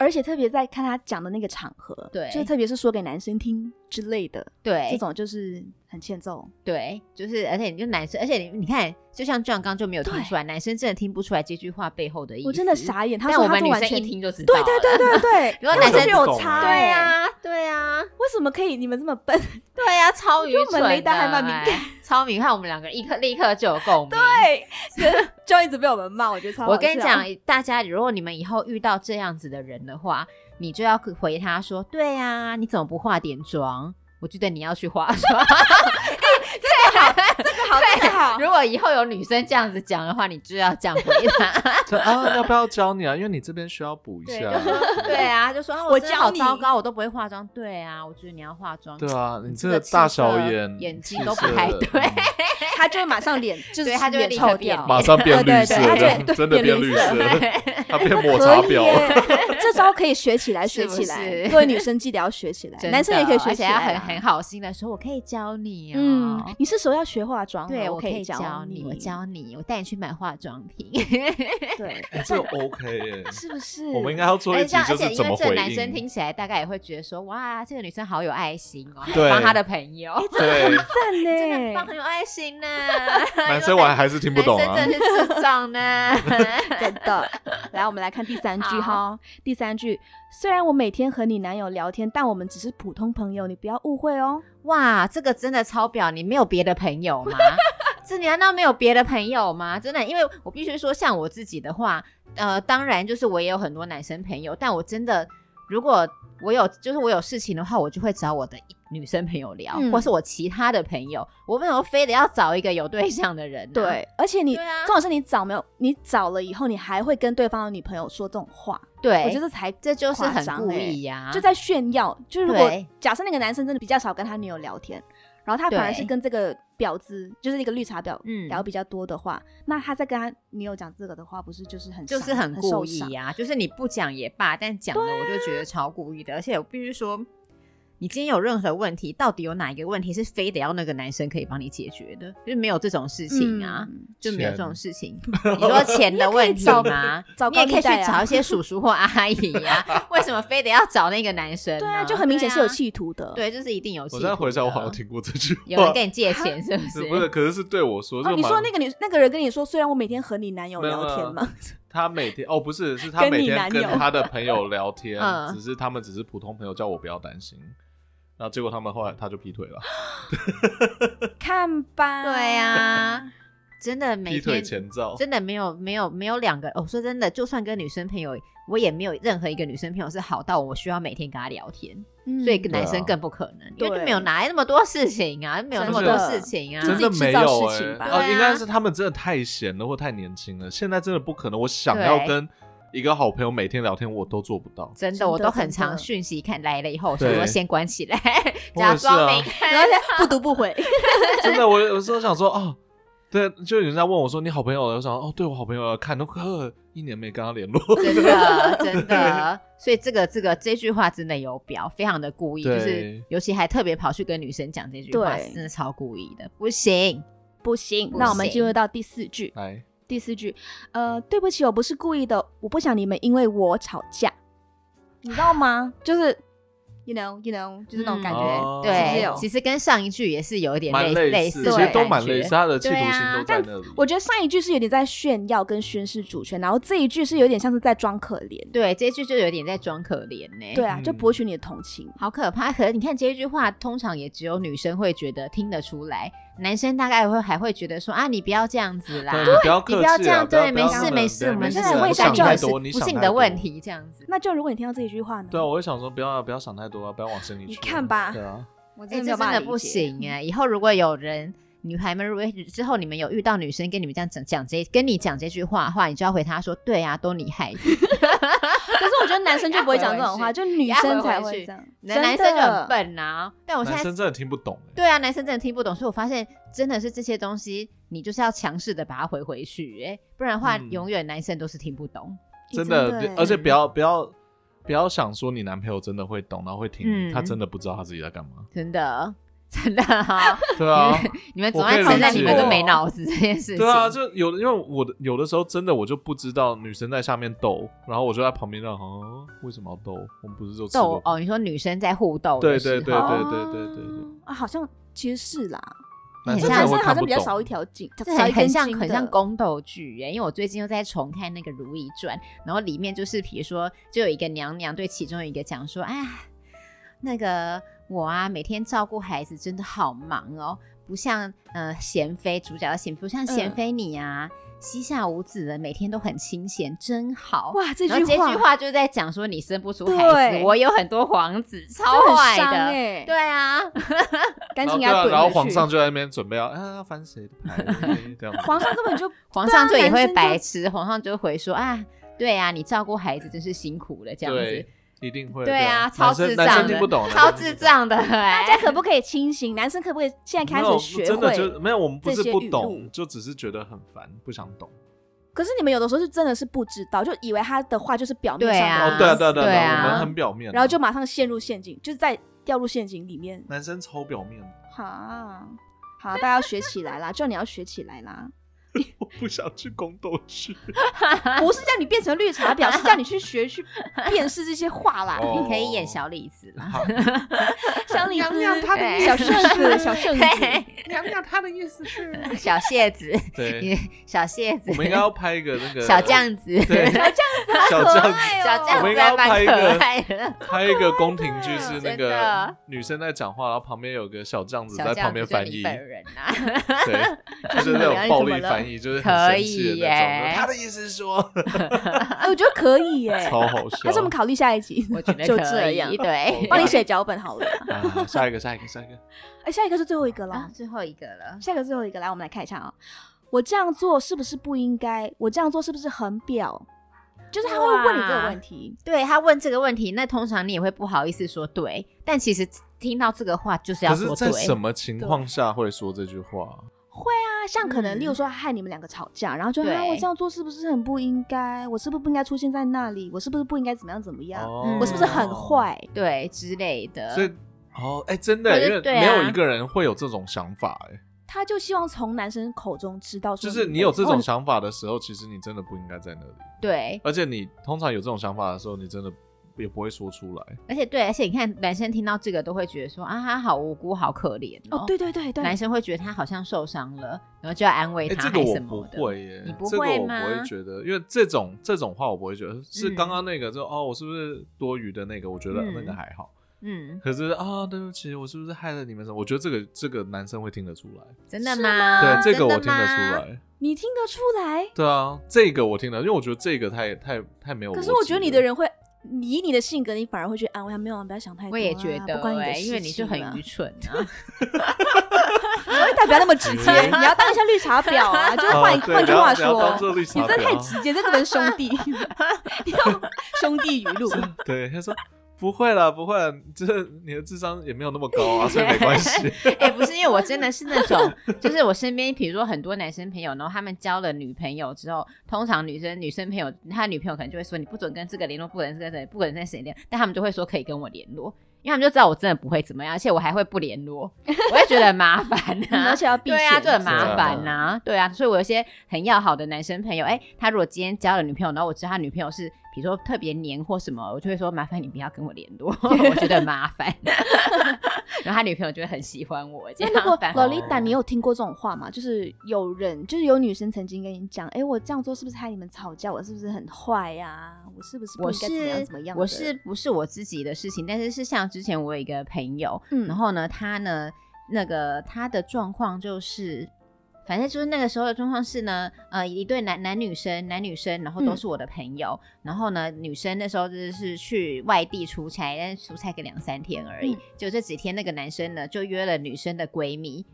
Speaker 2: 而且特别在看他讲的那个场合，
Speaker 3: 对
Speaker 2: 就特别是说给男生听之类的，这
Speaker 3: 对
Speaker 2: 种就是很欠揍。
Speaker 3: 对，就是而且你就男生，而且你你看，就像 John 刚就没有听
Speaker 2: 对
Speaker 3: 出来，男生真的听不出来这句话背后的意思。
Speaker 2: 我真的傻眼，他
Speaker 3: 但
Speaker 2: 说
Speaker 3: 我
Speaker 2: 他
Speaker 3: 们
Speaker 2: 这
Speaker 3: 女
Speaker 2: 完
Speaker 3: 生
Speaker 2: 全
Speaker 3: 一听就知道
Speaker 2: 对
Speaker 3: 了。
Speaker 2: 对对对对，
Speaker 3: 如果
Speaker 2: 我
Speaker 3: 男
Speaker 2: 觉
Speaker 3: 生
Speaker 2: 得有差、
Speaker 1: 对
Speaker 3: 对
Speaker 2: 哎
Speaker 3: 啊，对啊，
Speaker 2: 为什么可以你们这么笨？
Speaker 3: 对啊，超愚
Speaker 2: 觉得
Speaker 3: 蠢
Speaker 2: 我
Speaker 3: 的，
Speaker 2: 们雷达还蛮敏感
Speaker 3: 哎，超敏感，我们两个立刻立刻就有共鸣。
Speaker 2: 对，可就一直被我们骂，我觉得超好笑
Speaker 3: 我跟你讲，，大家如果你们以后遇到这样子的人的话，你就要回他说：“对啊，你怎么不化点妆？”我觉得你要去化 妆。
Speaker 2: 这个 好，这个好，
Speaker 3: 如果以后有女生这样子讲的话，你就要这样回 她。
Speaker 1: 这啊，要不要教你啊？因为你这边需要补一
Speaker 3: 对，
Speaker 1: 下
Speaker 3: 就。说对啊，就说啊
Speaker 2: 我
Speaker 3: 我真的好
Speaker 2: 教你
Speaker 3: 糟糕，我都不会化妆。对啊，我觉得你要化妆。
Speaker 1: 对啊，你这
Speaker 3: 这个
Speaker 1: 个
Speaker 3: 气
Speaker 1: 大小
Speaker 3: 色
Speaker 1: 眼
Speaker 3: 眼睛
Speaker 1: 气
Speaker 3: 都不
Speaker 1: 色
Speaker 3: 太
Speaker 1: 嗯
Speaker 3: 对
Speaker 2: 他就会马上脸，就是
Speaker 3: 对他就会
Speaker 2: 脸
Speaker 3: 立刻
Speaker 2: 臭
Speaker 3: 变
Speaker 2: 掉，
Speaker 1: 马上变绿色
Speaker 2: 对对对他
Speaker 1: 了，
Speaker 2: 就
Speaker 1: 真的
Speaker 2: 变
Speaker 1: 变
Speaker 2: 绿
Speaker 1: 绿
Speaker 2: 色
Speaker 1: 色了，他变抹茶
Speaker 2: 可以
Speaker 1: 婊了。
Speaker 2: 耶，这招可以学起来，学
Speaker 3: 是不
Speaker 2: 起来。
Speaker 3: 是
Speaker 2: 各位女生记得要学起来，
Speaker 3: 真的
Speaker 2: 男生也可以学
Speaker 3: 而
Speaker 2: 起
Speaker 3: 且
Speaker 2: 来
Speaker 3: 要
Speaker 2: 啊。
Speaker 3: 很很好心的说：“我可以教你啊。”
Speaker 2: 嗯，你是时候要学化妆了，
Speaker 3: 对，
Speaker 2: 我
Speaker 3: 可以
Speaker 2: 以教
Speaker 3: 你，
Speaker 2: 你，
Speaker 3: 我教你，我带你去买化妆品。
Speaker 2: 对，
Speaker 1: 哎这个 OK 耶，
Speaker 2: 是不是？
Speaker 1: 我们应该要做
Speaker 3: 而
Speaker 1: 一
Speaker 3: 且
Speaker 1: 集
Speaker 3: 哎这样，
Speaker 1: 就
Speaker 3: 而且
Speaker 1: 是
Speaker 3: 因
Speaker 1: 怎
Speaker 3: 为
Speaker 1: 么
Speaker 3: 这
Speaker 1: 回
Speaker 3: 男生
Speaker 1: 应。
Speaker 3: 听起来大概也会觉得说，哇，这个女生好有爱心哦，
Speaker 1: 对
Speaker 3: 帮她的朋友，
Speaker 2: 哎
Speaker 1: 对，
Speaker 2: 赞
Speaker 3: 真的帮
Speaker 2: 呢
Speaker 3: 很，有爱心呢。
Speaker 1: 男生我还是听不懂啊
Speaker 3: 男。生真的是智 障呢。
Speaker 2: 真的。来，我们来看第三句哈。第三句，虽然我每天和你男友聊天，但我们只是普通朋友，你不要误会哦。
Speaker 3: 嗯哇，这个真的超表，你没有别的朋友 吗？这你难道没有别的朋友吗？真的，因为我必须说，像我自己的话，呃，当然就是我也有很多男生朋友，但我真的如果我有就是我有事情的话，我就会找我的女生朋友聊，
Speaker 2: 嗯
Speaker 3: 或是我其他的朋友。我为什么非得要找一个有对象的人、呢？
Speaker 2: 对，而且你
Speaker 3: 对啊
Speaker 2: 重点是你找没有，你找了以后，你还会跟对方的女朋友说这种话，
Speaker 3: 对，
Speaker 2: 我觉得才
Speaker 3: 哎这就是
Speaker 2: 夸
Speaker 3: 很
Speaker 2: 张
Speaker 3: 故
Speaker 2: 欸
Speaker 3: 意呀、
Speaker 2: 就在炫耀。就是如果
Speaker 3: 啊对
Speaker 2: 假设那个男生真的比较少跟他女友聊天，然后他反而是
Speaker 3: 对
Speaker 2: 跟这个婊子，就是一个绿茶婊、
Speaker 3: 嗯
Speaker 2: 聊比较多的话，那他在跟他女友讲这个的话，不是就是很
Speaker 3: 就是
Speaker 2: 伤
Speaker 3: 很
Speaker 2: 很
Speaker 3: 故
Speaker 2: 受
Speaker 3: 意啊
Speaker 2: 伤？啊
Speaker 3: 呀、就是你不讲也罢，但讲了我就觉得超故意的。而且我必须说，你今天有任何问题，到底有哪一个问题是非得要那个男生可以帮你解决的？就是没有这种事情啊，
Speaker 2: 嗯
Speaker 3: 就没有这
Speaker 1: 钱
Speaker 3: 种 事情。你说钱的问题
Speaker 2: 找
Speaker 3: 吗？
Speaker 2: 找
Speaker 3: 你也
Speaker 2: 高
Speaker 3: 可以
Speaker 2: 利贷
Speaker 3: 去
Speaker 2: 啊
Speaker 3: 找一些叔叔或阿姨呀、 为什么非得要找那个男生呢？
Speaker 2: 对啊，就很明显是有
Speaker 3: 对啊
Speaker 2: 企图的。哦
Speaker 3: 对，就是一定有企
Speaker 1: 我现
Speaker 3: 图的。
Speaker 1: 在回
Speaker 2: 啊
Speaker 1: 想，我好像听过这句话。
Speaker 3: 有人跟你借钱，是不
Speaker 1: 是
Speaker 3: 是？，
Speaker 1: 不是，可是是对我说，
Speaker 2: 哦，
Speaker 1: 就
Speaker 2: 你说
Speaker 1: 蛮
Speaker 2: 那个女那个人跟你说，虽然我每天和你男友
Speaker 1: 没有没
Speaker 2: 聊
Speaker 1: 有
Speaker 2: 天嘛，
Speaker 1: 他每天哦，不是，是他
Speaker 2: 跟
Speaker 1: 每
Speaker 2: 你
Speaker 1: 天
Speaker 2: 男
Speaker 1: 跟
Speaker 2: 友
Speaker 1: 他的朋友聊天
Speaker 3: 嗯
Speaker 1: 只是他们只是普通朋友，叫我不要担心。然后结果他们后来他就劈腿了，
Speaker 2: 看吧。
Speaker 3: 对啊，真的每
Speaker 1: 劈
Speaker 3: 天
Speaker 1: 腿前兆。
Speaker 3: 真的没有没有没有两个。我、哦说真的，就算跟女生朋友，我也没有任何一个女生朋友是好到我需要每天跟她聊天，
Speaker 2: 嗯，
Speaker 3: 所以跟
Speaker 1: 对
Speaker 3: 男生
Speaker 1: 啊
Speaker 3: 更不可能，因为就
Speaker 2: 对
Speaker 3: 没有哪来那么多事情啊，没有那么
Speaker 1: 真的
Speaker 3: 多事情
Speaker 2: 就
Speaker 1: 真
Speaker 3: 啊。
Speaker 1: 的
Speaker 2: 自己
Speaker 1: 没
Speaker 2: 制造
Speaker 1: 有
Speaker 2: 事
Speaker 1: 哎、
Speaker 2: 情吧
Speaker 1: 哦、
Speaker 3: 对啊
Speaker 1: 应该是他们真的太闲了或太年轻了，现在真的不可能。我想要
Speaker 3: 对
Speaker 1: 跟一个好朋友每天聊天，我都做不到。
Speaker 3: 真
Speaker 2: 真
Speaker 3: 的，
Speaker 2: 的
Speaker 3: 我都很
Speaker 2: 真
Speaker 3: 常
Speaker 2: 的
Speaker 3: 讯息看来了以后，我
Speaker 1: 对
Speaker 3: 说先关起来，
Speaker 1: 我
Speaker 3: 假
Speaker 1: 也是
Speaker 3: 装
Speaker 1: 啊
Speaker 3: 没
Speaker 2: 然后
Speaker 3: 看。
Speaker 2: 现在不读不回，
Speaker 1: 真的，我有时候想说，哦，对，就有人在问我说你好朋友了，我想哦，对我好朋友要看，都呵一年没跟他联络。
Speaker 3: 真的，真 的，所以这个这个这句话真的有表，非常的故意，就
Speaker 1: 对
Speaker 3: 是尤其还特别跑去跟女生讲这句话，
Speaker 2: 对
Speaker 3: 真的超故意的，不行。
Speaker 2: 不行。
Speaker 3: 不
Speaker 2: 那我们进入
Speaker 3: 行
Speaker 2: 到第四句，
Speaker 1: 来，
Speaker 2: 第四句，呃，对不起，我不是故意的，我不想你们因为我吵 架，你知道吗？就是，you know，you know，就是那种感觉，
Speaker 1: 嗯哦
Speaker 2: 是不是
Speaker 3: 对
Speaker 2: 有，
Speaker 3: 其实跟上一句也是有一点
Speaker 1: 蛮
Speaker 3: 类
Speaker 1: 似，
Speaker 3: 似
Speaker 1: 其
Speaker 3: 的
Speaker 2: 对
Speaker 1: 实
Speaker 3: 感觉，
Speaker 1: 都蛮类似，他的企图
Speaker 3: 对
Speaker 1: 心
Speaker 3: 啊
Speaker 1: 都在那里。
Speaker 2: 我觉得上一句是有点在炫耀跟宣示主权，然后这一句是有点像是在装可怜，
Speaker 3: 对，这一句就有点在装可怜呢、
Speaker 2: 对，啊，就
Speaker 1: 嗯
Speaker 2: 博取你的同情。
Speaker 3: 好可怕。可是你看这一句话，通常也只有女生会觉得听得出来，男生大概会还会觉得说啊，你不要这样子啦，
Speaker 1: 对，你不要客
Speaker 3: 你
Speaker 1: 气啊，
Speaker 3: 不要这样，对，
Speaker 1: 不
Speaker 3: 没
Speaker 1: 要
Speaker 3: 事
Speaker 1: 那么
Speaker 3: 没事，
Speaker 1: 对
Speaker 3: 我们
Speaker 1: 没事
Speaker 3: 现
Speaker 2: 啊
Speaker 3: 在
Speaker 2: 我
Speaker 1: 你
Speaker 3: 问
Speaker 2: 也
Speaker 3: 一下
Speaker 1: 想
Speaker 2: 感觉
Speaker 1: 太
Speaker 3: 就
Speaker 1: 多，你
Speaker 3: 是不
Speaker 1: 想
Speaker 3: 是你
Speaker 1: 太
Speaker 3: 的
Speaker 1: 多
Speaker 3: 问。题这样子。
Speaker 2: 那就如果你听到这一句话呢？
Speaker 1: 对啊，我会想说不要不要想太多啊，不要往心里去。
Speaker 2: 你看吧
Speaker 1: 对啊，
Speaker 2: 我
Speaker 3: 哎、
Speaker 2: 真的没
Speaker 3: 这
Speaker 2: 有
Speaker 3: 真
Speaker 2: 办法
Speaker 3: 的
Speaker 2: 理
Speaker 3: 不
Speaker 2: 解
Speaker 3: 行哎、以后如果有人。女孩们，如果之后你们有遇到女生跟你们这样讲讲这跟你讲这句话的话，你就要回她说：“对啊，都你害的。
Speaker 2: 可是我觉得男生就不会讲这 种话，就女生才会这样。
Speaker 3: 男男生就很笨啊。但我现
Speaker 1: 男
Speaker 3: 在
Speaker 1: 生真的听不懂欸。
Speaker 3: 对啊，男生真的听不懂，所以我发现真的是这些东西，你就是要强势的把它回回去、哎，不然的话，
Speaker 1: 嗯
Speaker 3: 永远男生都是听不懂。
Speaker 1: 真
Speaker 2: 真的
Speaker 1: 的
Speaker 2: 欸，
Speaker 1: 而且不要不要不要想说你男朋友真的会懂，然后会听
Speaker 3: 嗯
Speaker 1: 你，他真的不知道他自己在干嘛。
Speaker 3: 真的，真的哈、
Speaker 1: 对啊，
Speaker 3: 你们总
Speaker 1: 我
Speaker 3: 爱
Speaker 1: 可以
Speaker 3: 承认
Speaker 1: 理
Speaker 3: 你们
Speaker 1: 解哦
Speaker 3: 都没脑子这件事情。
Speaker 1: 对啊，就有的因为我的有的时候真的我就不知道女生在下面斗，然后我就在旁边让，哦，为什么要斗？我们不是就吃
Speaker 3: 斗
Speaker 1: 过
Speaker 3: 哦，你说女生在互斗哦的
Speaker 1: 对
Speaker 3: 时
Speaker 1: 对
Speaker 3: 候，
Speaker 1: 对对对对对对，
Speaker 2: 啊，好像其实是啦，
Speaker 1: 男生
Speaker 2: 就
Speaker 3: 这
Speaker 1: 真
Speaker 2: 男
Speaker 1: 的
Speaker 2: 生
Speaker 1: 会
Speaker 2: 好
Speaker 1: 看
Speaker 2: 像
Speaker 1: 不
Speaker 2: 比较少
Speaker 1: 懂
Speaker 2: 一。条筋，
Speaker 3: 这
Speaker 2: 少一
Speaker 3: 很
Speaker 2: 根
Speaker 3: 很像
Speaker 2: 筋
Speaker 3: 很像
Speaker 2: 的
Speaker 3: 宫斗剧耶，因为我最近又在重看那个《如懿传》，然后里面就是比如说，就有一个娘娘对其中一个讲说：“哎，那个我啊，每天照顾孩子真的好忙哦，不像呃贤妃主角的贤妃，不像贤
Speaker 2: 嗯
Speaker 3: 妃你啊，膝下无子的，每天都很清闲，真好。”
Speaker 2: 哇，这
Speaker 3: 然后
Speaker 2: 句
Speaker 3: 这句话就在讲说你生不出孩
Speaker 2: 对
Speaker 3: 子，我有很多皇子，超
Speaker 2: 这
Speaker 3: 坏
Speaker 2: 很伤
Speaker 3: 的。
Speaker 2: 欸
Speaker 3: 对啊，
Speaker 2: 赶
Speaker 1: 然
Speaker 2: 紧
Speaker 1: 后
Speaker 2: 给
Speaker 1: 对啊
Speaker 2: 他，
Speaker 1: 然后
Speaker 2: 滚回
Speaker 1: 皇
Speaker 2: 去。
Speaker 1: 上就在那边准备要啊翻谁的牌 这样子。
Speaker 2: 皇上根本就
Speaker 3: 皇上就也会
Speaker 2: 啊男生
Speaker 3: 白痴，皇上就会回说啊，对啊，你照顾孩子真是辛苦了，这样子
Speaker 1: 对，，一定会。
Speaker 3: 对啊，
Speaker 1: 啊，
Speaker 3: 超
Speaker 1: 男生
Speaker 3: 智
Speaker 1: 男
Speaker 3: 障
Speaker 1: 生听不
Speaker 3: 的
Speaker 1: 懂，，啊
Speaker 3: 超
Speaker 1: 男生听
Speaker 3: 智
Speaker 1: 不懂。
Speaker 3: 障的，哎大
Speaker 2: 大家可不可以清醒？男生可不可以现在开
Speaker 1: 没有
Speaker 2: 始学
Speaker 1: 真的就
Speaker 2: 会？
Speaker 1: 没有，我们不
Speaker 2: 这
Speaker 1: 是
Speaker 2: 些
Speaker 1: 不
Speaker 2: 语录
Speaker 1: 懂，就只是觉得很烦，不想懂。
Speaker 2: 可是你们有的时候是真的是不知道，就以为他的话就是表面
Speaker 3: 对
Speaker 2: 上
Speaker 3: 啊
Speaker 1: 哦
Speaker 2: 的，
Speaker 1: 对啊，
Speaker 2: 意思
Speaker 1: 对啊，对
Speaker 3: 对
Speaker 1: 啊，
Speaker 3: 啊
Speaker 1: 我们很表面啊，
Speaker 2: 然后就马上陷入陷阱，就是在掉入陷阱里面。
Speaker 1: 男生超表面，
Speaker 2: 好，好，大家要学起来啦， 就你要学起来啦，
Speaker 1: 我不想去宫斗 剧。
Speaker 2: 不是叫你变成绿茶婊，是叫你去学去辨识这些话啦。
Speaker 1: 哦
Speaker 3: 你可以演小李子啦，
Speaker 2: 小李
Speaker 3: 娘娘
Speaker 2: 子
Speaker 3: 她的，意
Speaker 2: 小
Speaker 3: 思
Speaker 2: 圣子，
Speaker 3: 是
Speaker 2: 小圣子，
Speaker 3: 嘿
Speaker 1: 娘娘她的意思是，
Speaker 3: 小蟹子，
Speaker 1: 对，
Speaker 3: 小蟹子
Speaker 1: 我，们应该要拍一个那个
Speaker 3: 小酱子，
Speaker 1: 对，小
Speaker 2: 好可
Speaker 1: 酱
Speaker 2: 爱哦
Speaker 3: 小
Speaker 1: 我们
Speaker 3: 酱子
Speaker 1: 应该
Speaker 3: 还
Speaker 1: 要
Speaker 3: 蛮
Speaker 1: 拍一
Speaker 3: 可
Speaker 1: 个
Speaker 3: 爱的。
Speaker 1: 拍一个宫廷剧，是那
Speaker 3: 真
Speaker 1: 个
Speaker 3: 的
Speaker 1: 女生在讲话，然后旁边有个小酱子
Speaker 3: 小
Speaker 1: 在旁
Speaker 3: 酱子
Speaker 1: 边
Speaker 3: 就是
Speaker 1: 翻译
Speaker 3: 你，本人啊，
Speaker 1: 对，就
Speaker 2: 就
Speaker 1: 是
Speaker 2: 是
Speaker 1: 那
Speaker 2: 你
Speaker 1: 种
Speaker 2: 啊你
Speaker 1: 暴
Speaker 2: 怎么
Speaker 1: 力
Speaker 2: 了
Speaker 1: 翻译，就是很
Speaker 3: 可
Speaker 1: 生气
Speaker 3: 以
Speaker 1: 的那种。
Speaker 3: 耶
Speaker 1: 他的意思是说，
Speaker 2: 哎，我觉得可以耶，
Speaker 1: 超好笑。
Speaker 2: 还是我们考虑下一集，
Speaker 3: 我觉得
Speaker 2: 就
Speaker 3: 可
Speaker 2: 这
Speaker 3: 以
Speaker 2: 样
Speaker 3: 对，
Speaker 2: 帮你写脚本好了。
Speaker 1: 啊下一个，下一个，下一个。
Speaker 2: 哎，下一个是最后一个
Speaker 3: 啊
Speaker 2: 啦，，
Speaker 3: 最后一个了。
Speaker 2: 下一个最后一个，来，我们来看一下啊，我这样做是不是不应该？我这样做是不是很表？就是他会问你这个问题，
Speaker 3: 对他问这个问题，那通常你也会不好意思说对，但其实听到 这个话就是要
Speaker 1: 可是，
Speaker 3: 说
Speaker 1: 在什
Speaker 3: 对。
Speaker 1: 么情况下会说这句话？
Speaker 2: 啊，像可能，
Speaker 3: 嗯
Speaker 2: 例如说，害你们两个吵架，然后就啊，
Speaker 3: 对
Speaker 2: 我这样做是不是很不应该？我是不是不应该出现在那里？我是不是不应该怎么样怎么样？
Speaker 1: 哦
Speaker 2: 我是不是很？坏？
Speaker 3: 对之类的，
Speaker 1: 所以，哦，哎，真的，
Speaker 3: 我就
Speaker 1: 因为
Speaker 3: 对啊
Speaker 1: 没有一个人会有这种想法，哎，
Speaker 2: 他就希望从男生口中知道
Speaker 1: 就
Speaker 2: 说，
Speaker 1: 是你有这种
Speaker 2: 哦
Speaker 1: 想法的时候，其实你真的不应该在那里。
Speaker 3: 对，
Speaker 1: 而且你通常有这种想法的时候，你真的也不会说出来。
Speaker 3: 而且对，而且你看，男生听到这个都会觉得说啊，他好无辜，好可怜
Speaker 2: 哦，对对对对，
Speaker 3: 男生会觉得他好像受伤了，然后就要安慰
Speaker 1: 哎，这
Speaker 3: 他，
Speaker 1: 个
Speaker 3: 还
Speaker 1: 我
Speaker 3: 什
Speaker 1: 不
Speaker 3: 么的。
Speaker 1: 会耶，
Speaker 3: 你不
Speaker 1: 这个
Speaker 3: 会
Speaker 1: 我不
Speaker 3: 吗
Speaker 1: 会觉得，因为这种这种话我不会觉得是
Speaker 3: 嗯
Speaker 1: 刚刚那个，就哦，我是不是多余的那个？我觉得
Speaker 3: 嗯
Speaker 1: 那个还好。
Speaker 3: 嗯，
Speaker 1: 可是啊，对不起，我是不是害了你们什么？我觉得这个这个男生会听得出来，
Speaker 3: 真的
Speaker 2: 是
Speaker 3: 吗？
Speaker 2: 吗啊
Speaker 1: 对这个
Speaker 3: 真的
Speaker 1: 我听得出
Speaker 3: 吗。
Speaker 1: 来，
Speaker 2: 你听得出来？
Speaker 1: 对啊，这个我听得，因为我觉得这个太太太没有。
Speaker 2: 可是我觉得你的，人会，以你的性格，你反而会去安慰他，没有，你不要想太多啊、
Speaker 3: 我也觉得
Speaker 2: 不关你的
Speaker 3: 欸
Speaker 2: 事情啊
Speaker 3: 因为你就很愚 蠢啊。
Speaker 2: 哎但不要那么直接，你要当一下绿茶 婊啊！就是换
Speaker 1: 啊
Speaker 2: 一
Speaker 1: 对
Speaker 2: 换句
Speaker 1: 不要
Speaker 2: 话
Speaker 1: 不要当
Speaker 2: 说，
Speaker 1: 做绿茶
Speaker 2: 你真的太
Speaker 1: 婊
Speaker 2: 直接，这个人兄 弟，你要兄弟语录。
Speaker 1: 对，他说不会啦，不会啦，这你的智商也没有那么高 啊，所以没关系。
Speaker 3: 哎、不是，因为我真的是那种，就是我身边，比如说很多男生朋友，然后他们交了女朋友之后，通常女生女生朋友，他的女朋友可能就会说你不准跟这个联络，不准跟谁，不准跟谁联络，但他们就会说可以跟我联络，因为他们就知道我真的不会怎么样，而且我还会不联络，我会觉得很麻烦
Speaker 2: 嗯
Speaker 3: 啊
Speaker 2: 而。且要避
Speaker 3: 对啊，
Speaker 2: 嫌，
Speaker 3: 就很
Speaker 1: 是
Speaker 3: 麻
Speaker 1: 啊
Speaker 3: 烦呐、对啊，所以我有些很要好的男生朋友，哎、他如果今天交了女朋友，然后我知道他女朋友是比如说特别黏或什么，我就会说麻烦你不要跟我联络， 我觉得很麻烦。 然后他女朋友就会很喜欢我，这
Speaker 2: 那
Speaker 3: 样
Speaker 2: 如果
Speaker 3: 反而
Speaker 2: 洛丽达，你有听过这种话吗？就是有人，就是有女生曾经跟你讲，哎，我这样做是不是害你们吵架？我是不是很坏呀？我是不是不
Speaker 3: 我
Speaker 2: 应该怎么
Speaker 3: 是
Speaker 2: 样怎么样的？
Speaker 3: 哦我是不是我自己的事情？但是是像之前我有一个朋友，
Speaker 2: 嗯
Speaker 3: 然后呢，他呢，那个他的状况就是，反正就是那个时候的状况是呢，呃，一对男男女生，男女生，然后都
Speaker 2: 嗯
Speaker 3: 是我的朋友，然后呢，女生那时候就是去外地出差，但是出差个两三天而已，
Speaker 2: 嗯
Speaker 3: 就这几天那个男生呢，就约了女生的闺蜜。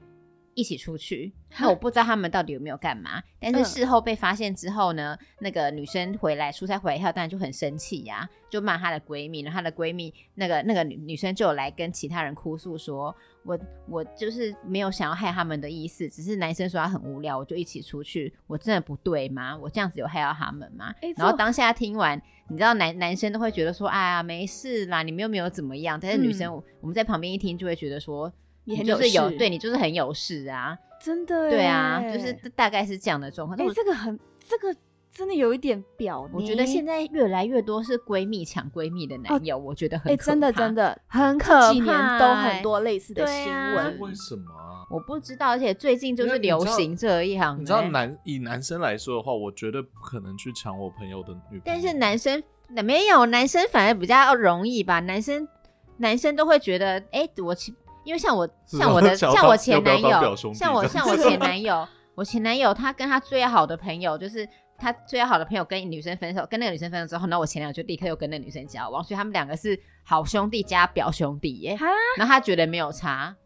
Speaker 3: 一起出去，
Speaker 2: 哈
Speaker 3: 那我不知道他们到底有没有干嘛，但是
Speaker 2: 嗯
Speaker 3: 事后被发现之后呢，那个女生回来出差回来以后，当然就很生气呀、就骂她的闺蜜，然后她的闺蜜那个那个女女生就有来跟其他人哭诉说，我我就是没有想要害他们的意思，只是男生说他很无聊，我就一起出去，我真的不对吗？我这样子有害到他们吗？
Speaker 2: 诶哎这
Speaker 3: 然后当下听完，你知道男男生都会觉得说，哎呀没事啦，你们又没有怎么样，但是女生、我们在旁边一听就会觉得说。
Speaker 2: 你嗯很
Speaker 3: 就
Speaker 2: 有
Speaker 3: 是有
Speaker 2: 事
Speaker 3: 对你就是很有事啊，
Speaker 2: 真的耶，
Speaker 3: 对啊，就是大概是这样的状况。
Speaker 2: 哎
Speaker 3: 但我，
Speaker 2: 这个很，这个真的有一点表呢。
Speaker 3: 我觉得现在越来越多是闺蜜抢闺蜜的男友，我觉得很
Speaker 2: 哎，哦真的真
Speaker 3: 的
Speaker 2: 的
Speaker 3: 很可怕，
Speaker 2: 几年都很。多类似的
Speaker 3: 对
Speaker 2: 新
Speaker 3: 啊
Speaker 2: 闻。
Speaker 1: 为什么啊？
Speaker 3: 我不知道，而且最近就
Speaker 1: 因
Speaker 3: 是
Speaker 1: 为你知道
Speaker 3: 流行这一行、
Speaker 1: 你知道
Speaker 3: 哎
Speaker 1: 男以男生来说的话，我绝对不可能去抢我朋友的女朋友。
Speaker 3: 但是男生没有，男生反而比较容易吧。男生男生都会觉得，哎、我其因为像我
Speaker 1: 是
Speaker 3: 像我
Speaker 1: 吗
Speaker 3: 的
Speaker 1: 想要
Speaker 3: 像
Speaker 1: 当
Speaker 3: 我前
Speaker 1: 要不要
Speaker 3: 男
Speaker 1: 当
Speaker 3: 友
Speaker 1: 表兄，弟
Speaker 3: 像我
Speaker 1: 这样
Speaker 3: 像我
Speaker 1: 子
Speaker 3: 前男友， 我前男友他跟他最好的朋友就是。他最好的朋友跟女生分手，跟那个女生分手之后，那我前男友就立刻又跟那个女生交往，所以他们两个是好兄弟加表兄弟耶
Speaker 2: 哈。
Speaker 3: 然后他觉得没有差，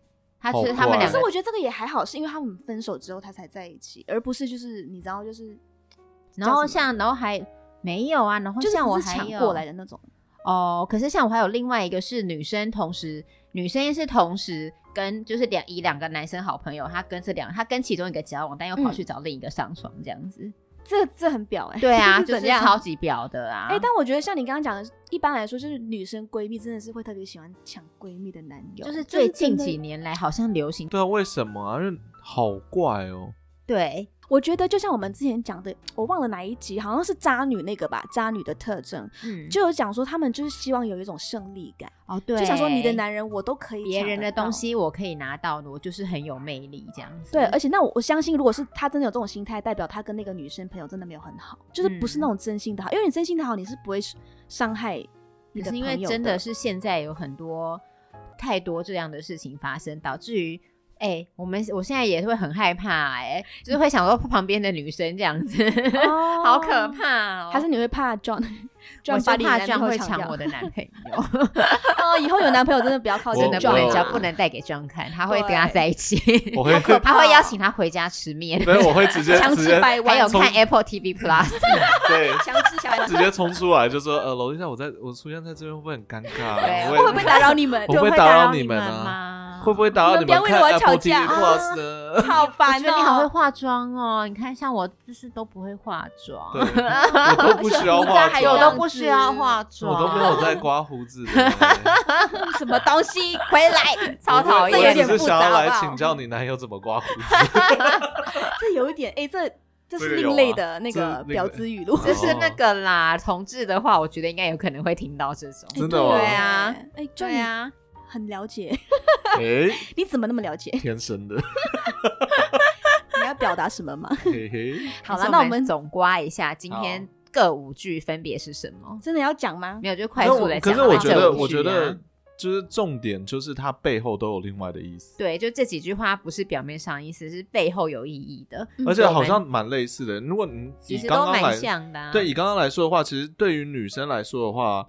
Speaker 3: 他觉得
Speaker 1: 好
Speaker 3: 他们
Speaker 1: 怪
Speaker 3: 两
Speaker 2: 可
Speaker 3: 个
Speaker 2: 是我觉得这个也还好，是因为他们分手之后他才在一起，而不是就是你知道就是，
Speaker 3: 然
Speaker 2: 叫什
Speaker 3: 后
Speaker 2: 么
Speaker 3: 像，然后还没有啊，然后
Speaker 2: 就是
Speaker 3: 哦像我
Speaker 2: 不是
Speaker 3: 还
Speaker 2: 抢
Speaker 3: 有
Speaker 2: 过来的那种。
Speaker 3: 哦，可是像我还有另外一个是女生，同时女生是同时跟就是两以两个男生好朋友，她跟这两她跟其中一个交往，但
Speaker 2: 嗯
Speaker 3: 又跑去找另一个上床这样子。
Speaker 2: 这这很表哎、
Speaker 3: 对啊，
Speaker 2: 这
Speaker 3: 就是
Speaker 2: 怎样
Speaker 3: 超级婊的啊！
Speaker 2: 哎、但我觉得像你刚刚讲的，一般来说就是女生闺蜜真的是会特别喜欢抢闺蜜的男友，
Speaker 3: 就是最
Speaker 2: 真
Speaker 3: 近
Speaker 2: 的
Speaker 3: 几年来好像流行
Speaker 1: 对啊，为什么啊？因为好怪哦。
Speaker 3: 对
Speaker 2: 我觉得就像我们之前讲的，我忘了哪一集，好像是渣女那个吧，渣女的特征
Speaker 3: 嗯，
Speaker 2: 就有讲说他们就是希望有一种胜利感，
Speaker 3: 哦对，
Speaker 2: 就想说你的男人我都可以抢得
Speaker 3: 别
Speaker 2: 到，
Speaker 3: 人的东西嗯我可以拿到，我就是很有魅力这样子。
Speaker 2: 对，而且那我我相信，如果是他真的有这种心态，代表他跟那个女生朋友真的没有很好，就是不
Speaker 3: 嗯
Speaker 2: 是那种真心的好，因为你真心的好，你是不会伤害你的
Speaker 3: 可是
Speaker 2: 朋
Speaker 3: 因
Speaker 2: 友
Speaker 3: 为真
Speaker 2: 的
Speaker 3: 的是 现在有很多太多这样的事情发生，导致于。哎、我们我现在也会很害怕、哎，就是会想说旁边的女生这样子，
Speaker 2: 哦
Speaker 3: 好可怕哦！
Speaker 2: 还是你会怕 John？
Speaker 3: 我
Speaker 2: John
Speaker 3: 就
Speaker 2: 把你
Speaker 3: 怕
Speaker 2: 男
Speaker 3: John
Speaker 2: 朋友
Speaker 3: 会
Speaker 2: 抢
Speaker 3: 抢
Speaker 2: 掉
Speaker 3: 我的男朋 友，
Speaker 2: 哦，以后有男朋友真的不要靠
Speaker 1: 我啊
Speaker 2: 近
Speaker 3: 真的不
Speaker 2: John，
Speaker 3: 能
Speaker 1: 我
Speaker 3: 交，不能带给 John 看，他会跟
Speaker 2: 对
Speaker 3: 他在一起，
Speaker 1: 我会，
Speaker 2: 可 怕
Speaker 3: 他会邀请他回家吃面，
Speaker 1: 所以我会直接
Speaker 2: 强
Speaker 1: 直
Speaker 2: 制
Speaker 1: 接
Speaker 2: 掰
Speaker 3: 还有
Speaker 2: 弯，
Speaker 3: 看 Apple TV Plus，
Speaker 1: 对，
Speaker 2: 强制小
Speaker 1: 直接冲出来就说呃，楼下我在我出现在这边会不会很尴尬？啊
Speaker 3: 对啊
Speaker 2: 我会不会打扰你们
Speaker 1: 我？
Speaker 3: 就
Speaker 1: 会
Speaker 3: 会
Speaker 1: 打扰
Speaker 3: 扰
Speaker 1: 你们
Speaker 3: 们
Speaker 1: 啊
Speaker 3: 吗？
Speaker 1: 会不会打扰们
Speaker 2: 你们不要为
Speaker 1: 看
Speaker 2: 了我
Speaker 1: Apple
Speaker 2: 吵
Speaker 1: TV
Speaker 2: 架
Speaker 1: Plus 呢？
Speaker 2: 好
Speaker 3: 我
Speaker 2: 烦
Speaker 3: 觉
Speaker 2: 哦！
Speaker 3: 得你好会化妆哦！你看，像我就是都不会化妆，
Speaker 1: 对，我都不需要化
Speaker 2: 还
Speaker 3: 有
Speaker 1: 妆，
Speaker 3: 都不需要化妆，
Speaker 1: 我都没有在刮胡子的 呢。
Speaker 2: 什么东西回 来，
Speaker 3: 超讨
Speaker 1: 我
Speaker 3: 厌
Speaker 1: 只是想要来
Speaker 2: 好不好
Speaker 1: 请教你男友怎么刮胡 子，
Speaker 2: 这有一点哎，这
Speaker 1: 这
Speaker 2: 这是
Speaker 1: 个有
Speaker 2: 另类
Speaker 1: 啊
Speaker 2: 的那
Speaker 1: 这
Speaker 2: 个
Speaker 1: 另
Speaker 2: 婊
Speaker 1: 类
Speaker 2: 子语录。
Speaker 3: 就是
Speaker 1: 哦
Speaker 3: 那个啦。同志的话，我觉得应该有可能会听到这种。
Speaker 1: 真的吗哦
Speaker 2: 对
Speaker 3: 啊，
Speaker 2: 哎，John
Speaker 3: 对
Speaker 2: 你
Speaker 3: 啊，
Speaker 2: 很了解，
Speaker 1: 哎，
Speaker 2: 你怎么那么了解？
Speaker 1: 天生的，
Speaker 2: 你要表达什么吗？
Speaker 1: 嘿嘿，
Speaker 2: 好
Speaker 3: 还
Speaker 2: 了，
Speaker 3: 是
Speaker 2: 那我
Speaker 3: 我
Speaker 2: 们
Speaker 3: 总刮一下今天各五句分别是什么？
Speaker 2: 真的要讲吗？
Speaker 3: 没有，就快
Speaker 1: 那
Speaker 3: 速
Speaker 1: 我
Speaker 3: 的
Speaker 1: 可
Speaker 3: 讲
Speaker 1: 是
Speaker 3: 啊。
Speaker 1: 我觉
Speaker 3: 这
Speaker 1: 得，
Speaker 3: 五句啊
Speaker 1: 我觉得就是重点就是它背后都有另外的意思，
Speaker 3: 对，就这几句话不是表面上意思，是背后有意义的，
Speaker 2: 嗯
Speaker 1: 而且好像蛮类似的。如果你
Speaker 3: 其
Speaker 1: 以
Speaker 3: 实
Speaker 1: 刚刚
Speaker 3: 都蛮
Speaker 1: 来
Speaker 3: 像的啊。
Speaker 1: 对，以刚刚来说的话，其实对于女生来说的话，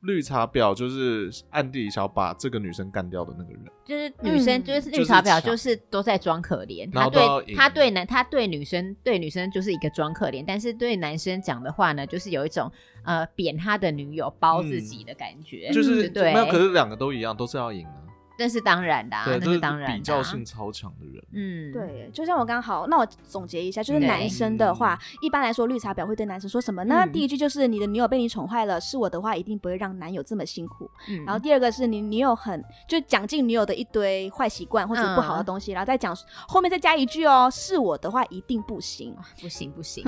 Speaker 1: 绿茶婊就是暗地里想要把这个女生干掉的那个人。
Speaker 3: 就是女生
Speaker 2: 嗯
Speaker 3: 就是
Speaker 1: 就是
Speaker 3: 绿茶婊，
Speaker 1: 抢
Speaker 3: 就是都在装可怜。
Speaker 1: 然
Speaker 3: 她
Speaker 1: 后都要
Speaker 3: 对
Speaker 1: 赢
Speaker 3: 她对男她对女生对女生就是一个装可怜，但是对男生讲的话呢，就是有一种呃扁他的女友包自己的感觉，
Speaker 1: 嗯就是
Speaker 3: 嗯对。
Speaker 1: 没有，可是两个都一样，都是要赢啊。
Speaker 3: 那是当然的啊，
Speaker 1: 对，
Speaker 3: 那
Speaker 1: 这
Speaker 3: 是当然的啊
Speaker 1: 比较性，超强的人。
Speaker 3: 嗯，
Speaker 2: 对，就像我刚好，那我总结一下，就是
Speaker 3: 对
Speaker 2: 男生的话，
Speaker 1: 嗯
Speaker 2: 一般来说，绿茶婊会对男生说什么呢？
Speaker 3: 嗯
Speaker 2: 第一句就是你的女友被你宠坏了，是我的话一定不会让男友这么辛苦。
Speaker 3: 嗯。
Speaker 2: 然后第二个是你女友很就讲尽女友的一堆坏习惯或者不
Speaker 3: 嗯
Speaker 2: 好的东西，然后再讲后面再加一句哦，是我的话一定不行。
Speaker 3: 不行 不行，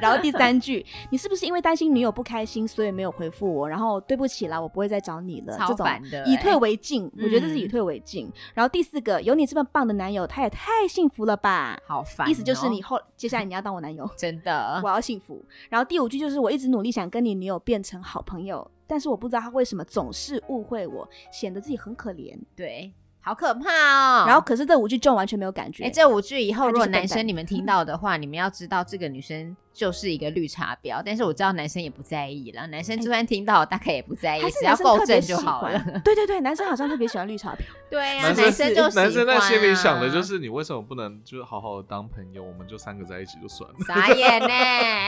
Speaker 2: 然后第三句，你是不是因为担心女友不开心，所以没有回复我？然后对不起啦，我不会再找你了。
Speaker 3: 超
Speaker 2: 这种
Speaker 3: 烦的欸
Speaker 2: 以退为进，我觉得这是以
Speaker 3: 嗯
Speaker 2: 退为进。然后第四个，有你这么棒的男友，他也太幸福了吧？
Speaker 3: 好烦哦。
Speaker 2: 意思就是你后接下来你要当我 男友，
Speaker 3: 真的
Speaker 2: 我要幸福。然后第五句就是我一直努力想跟你女友变成好朋友，但是我不知道她为什么总是误会我，显得自己很可怜。
Speaker 3: 对，好可怕哦。
Speaker 2: 然后可是这五句就完全没有感觉。
Speaker 3: 哎、这五句以后
Speaker 2: 他就是
Speaker 3: 如果
Speaker 2: 笨蛋
Speaker 3: 男生你们听到的话，你们要知道这个女生就是一个绿茶婊。但是我知道男生也不在意啦，男生就算听到大概也不在意，
Speaker 2: 还哎是
Speaker 3: 只
Speaker 2: 男
Speaker 3: 要
Speaker 2: 生
Speaker 3: 够
Speaker 2: 特
Speaker 3: 正
Speaker 2: 别
Speaker 3: 就
Speaker 2: 喜
Speaker 3: 好 了。
Speaker 2: 欢，对对对，男生好像特别喜欢绿茶 婊，
Speaker 3: 对呀、
Speaker 1: 男生
Speaker 3: 男生就喜欢啊啊
Speaker 1: 男生在心里想的就。是，你为什么不能就是好好的当朋友？我们就三个在一起就算了。
Speaker 3: 傻眼呢、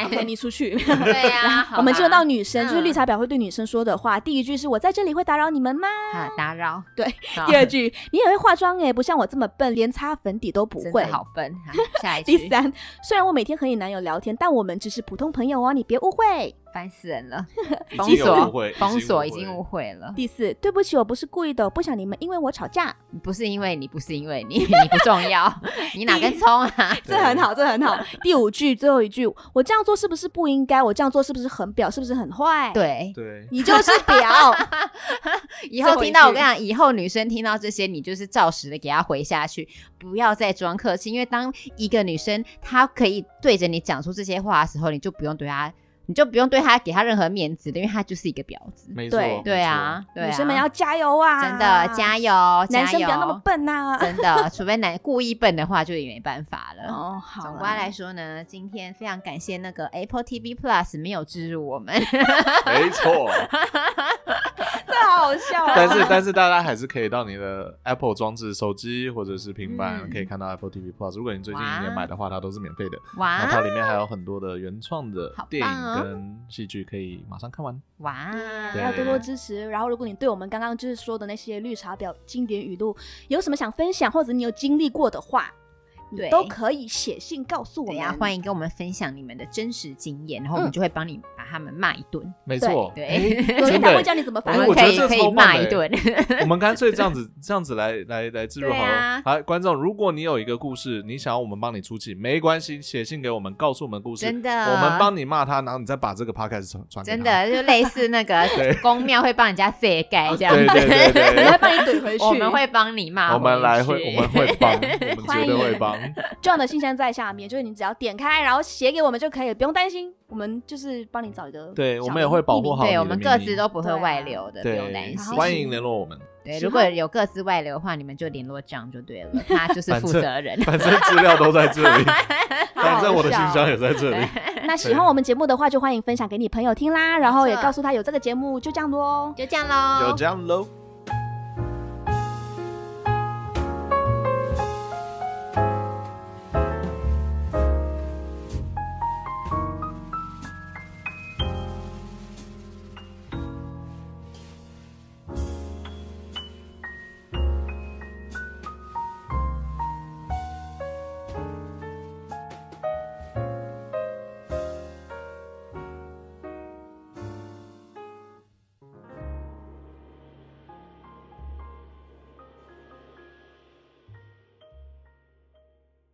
Speaker 2: 陪你出去。
Speaker 3: 对呀、好
Speaker 2: 我们进入到
Speaker 3: 吧
Speaker 2: 女生，就是
Speaker 3: 嗯
Speaker 2: 绿茶婊会对女生说的话。第一句是我在这里会打扰你们吗？
Speaker 3: 啊打扰。
Speaker 2: 对
Speaker 3: 好，
Speaker 2: 第二句你也会化妆诶，不像我这么笨，连擦粉底都不
Speaker 3: 真
Speaker 2: 会
Speaker 3: 的。好笨。好下一句，
Speaker 2: 第三，虽然我每天和你男友聊天，但我们只是普通朋友哦，你别误会。
Speaker 3: 烦死 人了，
Speaker 1: 已
Speaker 3: 封
Speaker 1: 经有误
Speaker 3: 锁
Speaker 1: 会，
Speaker 3: 封锁已经误
Speaker 1: 误
Speaker 3: 会了，
Speaker 2: 第四，对不起，我不是故意的，我不想你们因为我吵架。
Speaker 3: 不是因为你，不是因为你， 你不重要， 你哪根葱啊？
Speaker 2: 这很好，这很好。第五句，最后一句，我这样做是不是不应该？我这样做是不是很婊？是不是很坏？，
Speaker 3: 对，
Speaker 1: 对，
Speaker 2: 你就是婊。
Speaker 3: 以
Speaker 2: 最
Speaker 3: 后
Speaker 2: 后
Speaker 3: 听
Speaker 2: 一
Speaker 3: 到我
Speaker 2: 句
Speaker 3: 跟你讲，以后女生听到这些，你就是照实的给她回下去，不要再装客气。因为当一个女生她可以对着你讲出这些话的时候，你就不用对她，你就不用对她给她任何面子的，因为她就是一个婊子。
Speaker 1: 没错
Speaker 2: 对，
Speaker 1: 没错
Speaker 3: 对啊，， 对啊，
Speaker 2: 女生们要加油啊！
Speaker 3: 真的加油，
Speaker 2: 男
Speaker 3: 加
Speaker 2: 生不要那么
Speaker 3: 油，
Speaker 2: 笨啊呐、
Speaker 3: 真的，除非男故意笨的话，就也没办法了。
Speaker 2: 哦，好啦。
Speaker 3: 总观来说呢，今天非常感谢那个 Apple TV Plus 没有植入我们，
Speaker 1: 没错。
Speaker 2: 这好笑、啊。
Speaker 1: 但是但是大家还是可以到你的 Apple 装置、手机或者是平板，
Speaker 3: 嗯
Speaker 1: 可以看到 Apple TV Plus。如果你最近一
Speaker 3: 哇
Speaker 1: 年买的话，它都是免费的。那它
Speaker 3: 哇
Speaker 1: 里面还有很多的原创的
Speaker 3: 好棒
Speaker 1: 电
Speaker 3: 哦
Speaker 1: 影跟戏剧，可以马上看完。
Speaker 3: 哇，
Speaker 1: 对
Speaker 2: 嗯要多多支持。然后，如果你对我们刚刚就是说的那些绿茶婊经典语录有什么想分享，或者你有经历过的话，你
Speaker 3: 对
Speaker 2: 都可以写信告诉我
Speaker 3: 对
Speaker 2: 们。
Speaker 3: 呀、欢迎跟我们分享你们的真实经验，然后我们
Speaker 2: 嗯
Speaker 3: 就会帮你把他们骂一顿。
Speaker 1: 没错，
Speaker 3: 对
Speaker 1: 诶
Speaker 2: 有
Speaker 1: 真
Speaker 2: 人
Speaker 1: 的欸
Speaker 2: 打会教你怎么
Speaker 1: 哎
Speaker 2: 反
Speaker 1: 我
Speaker 2: 悔
Speaker 1: 觉
Speaker 3: 可
Speaker 1: 得
Speaker 3: 以
Speaker 1: 这
Speaker 3: 可
Speaker 1: 超
Speaker 3: 以
Speaker 1: 棒
Speaker 3: 骂
Speaker 1: 的
Speaker 3: 一
Speaker 1: 欸
Speaker 3: 顿，
Speaker 1: 我们干脆这样子，这样子来来来置入好
Speaker 3: 对
Speaker 1: 了
Speaker 3: 啊。
Speaker 1: 好，观众，如果你有一个故事，你想要我们帮你出气，没关系，写信给我们，告诉我们故事，
Speaker 3: 真的
Speaker 1: 我们帮你骂他，然后你再把这个 podcast 传传给
Speaker 3: 真
Speaker 1: 他。
Speaker 3: 的就类似那个
Speaker 1: 对
Speaker 3: 公庙会帮人家遮盖这样
Speaker 1: 对
Speaker 3: 子，
Speaker 1: 对对
Speaker 2: 我
Speaker 1: 对，
Speaker 2: 会帮你怼回去。
Speaker 3: 我们会帮你骂回去。
Speaker 1: 我们来会，我们 会帮，我们绝
Speaker 2: 欢
Speaker 1: 对
Speaker 2: 迎
Speaker 1: 会帮。
Speaker 2: John 的信箱在下面，就是你只要点开，然后写给我们就可以了，不用担心，我们就是帮你找一个。
Speaker 1: 对，我们也会保护好你
Speaker 3: 对，
Speaker 1: 的
Speaker 3: 我们
Speaker 1: 秘
Speaker 3: 各
Speaker 1: 密
Speaker 3: 自都不会
Speaker 2: 对啊
Speaker 3: 外流的，不用担
Speaker 1: 对，
Speaker 3: 心。
Speaker 1: 欢迎联络我们。
Speaker 3: 对，
Speaker 2: 喜
Speaker 3: 如果有各自外流的话，你们就联络这样就对了，他就是负责人。
Speaker 1: 反正资料都在这里，
Speaker 2: 好好
Speaker 1: 反正我的信
Speaker 2: 笑
Speaker 1: 箱也在这里。
Speaker 2: 那喜欢我们节目的话，就欢迎分享给你朋友听啦，然后也
Speaker 3: 没 错
Speaker 2: 告诉他有这个节目，就这样多哦。
Speaker 3: 就这样
Speaker 1: 就
Speaker 3: 喽，
Speaker 1: 这样喽，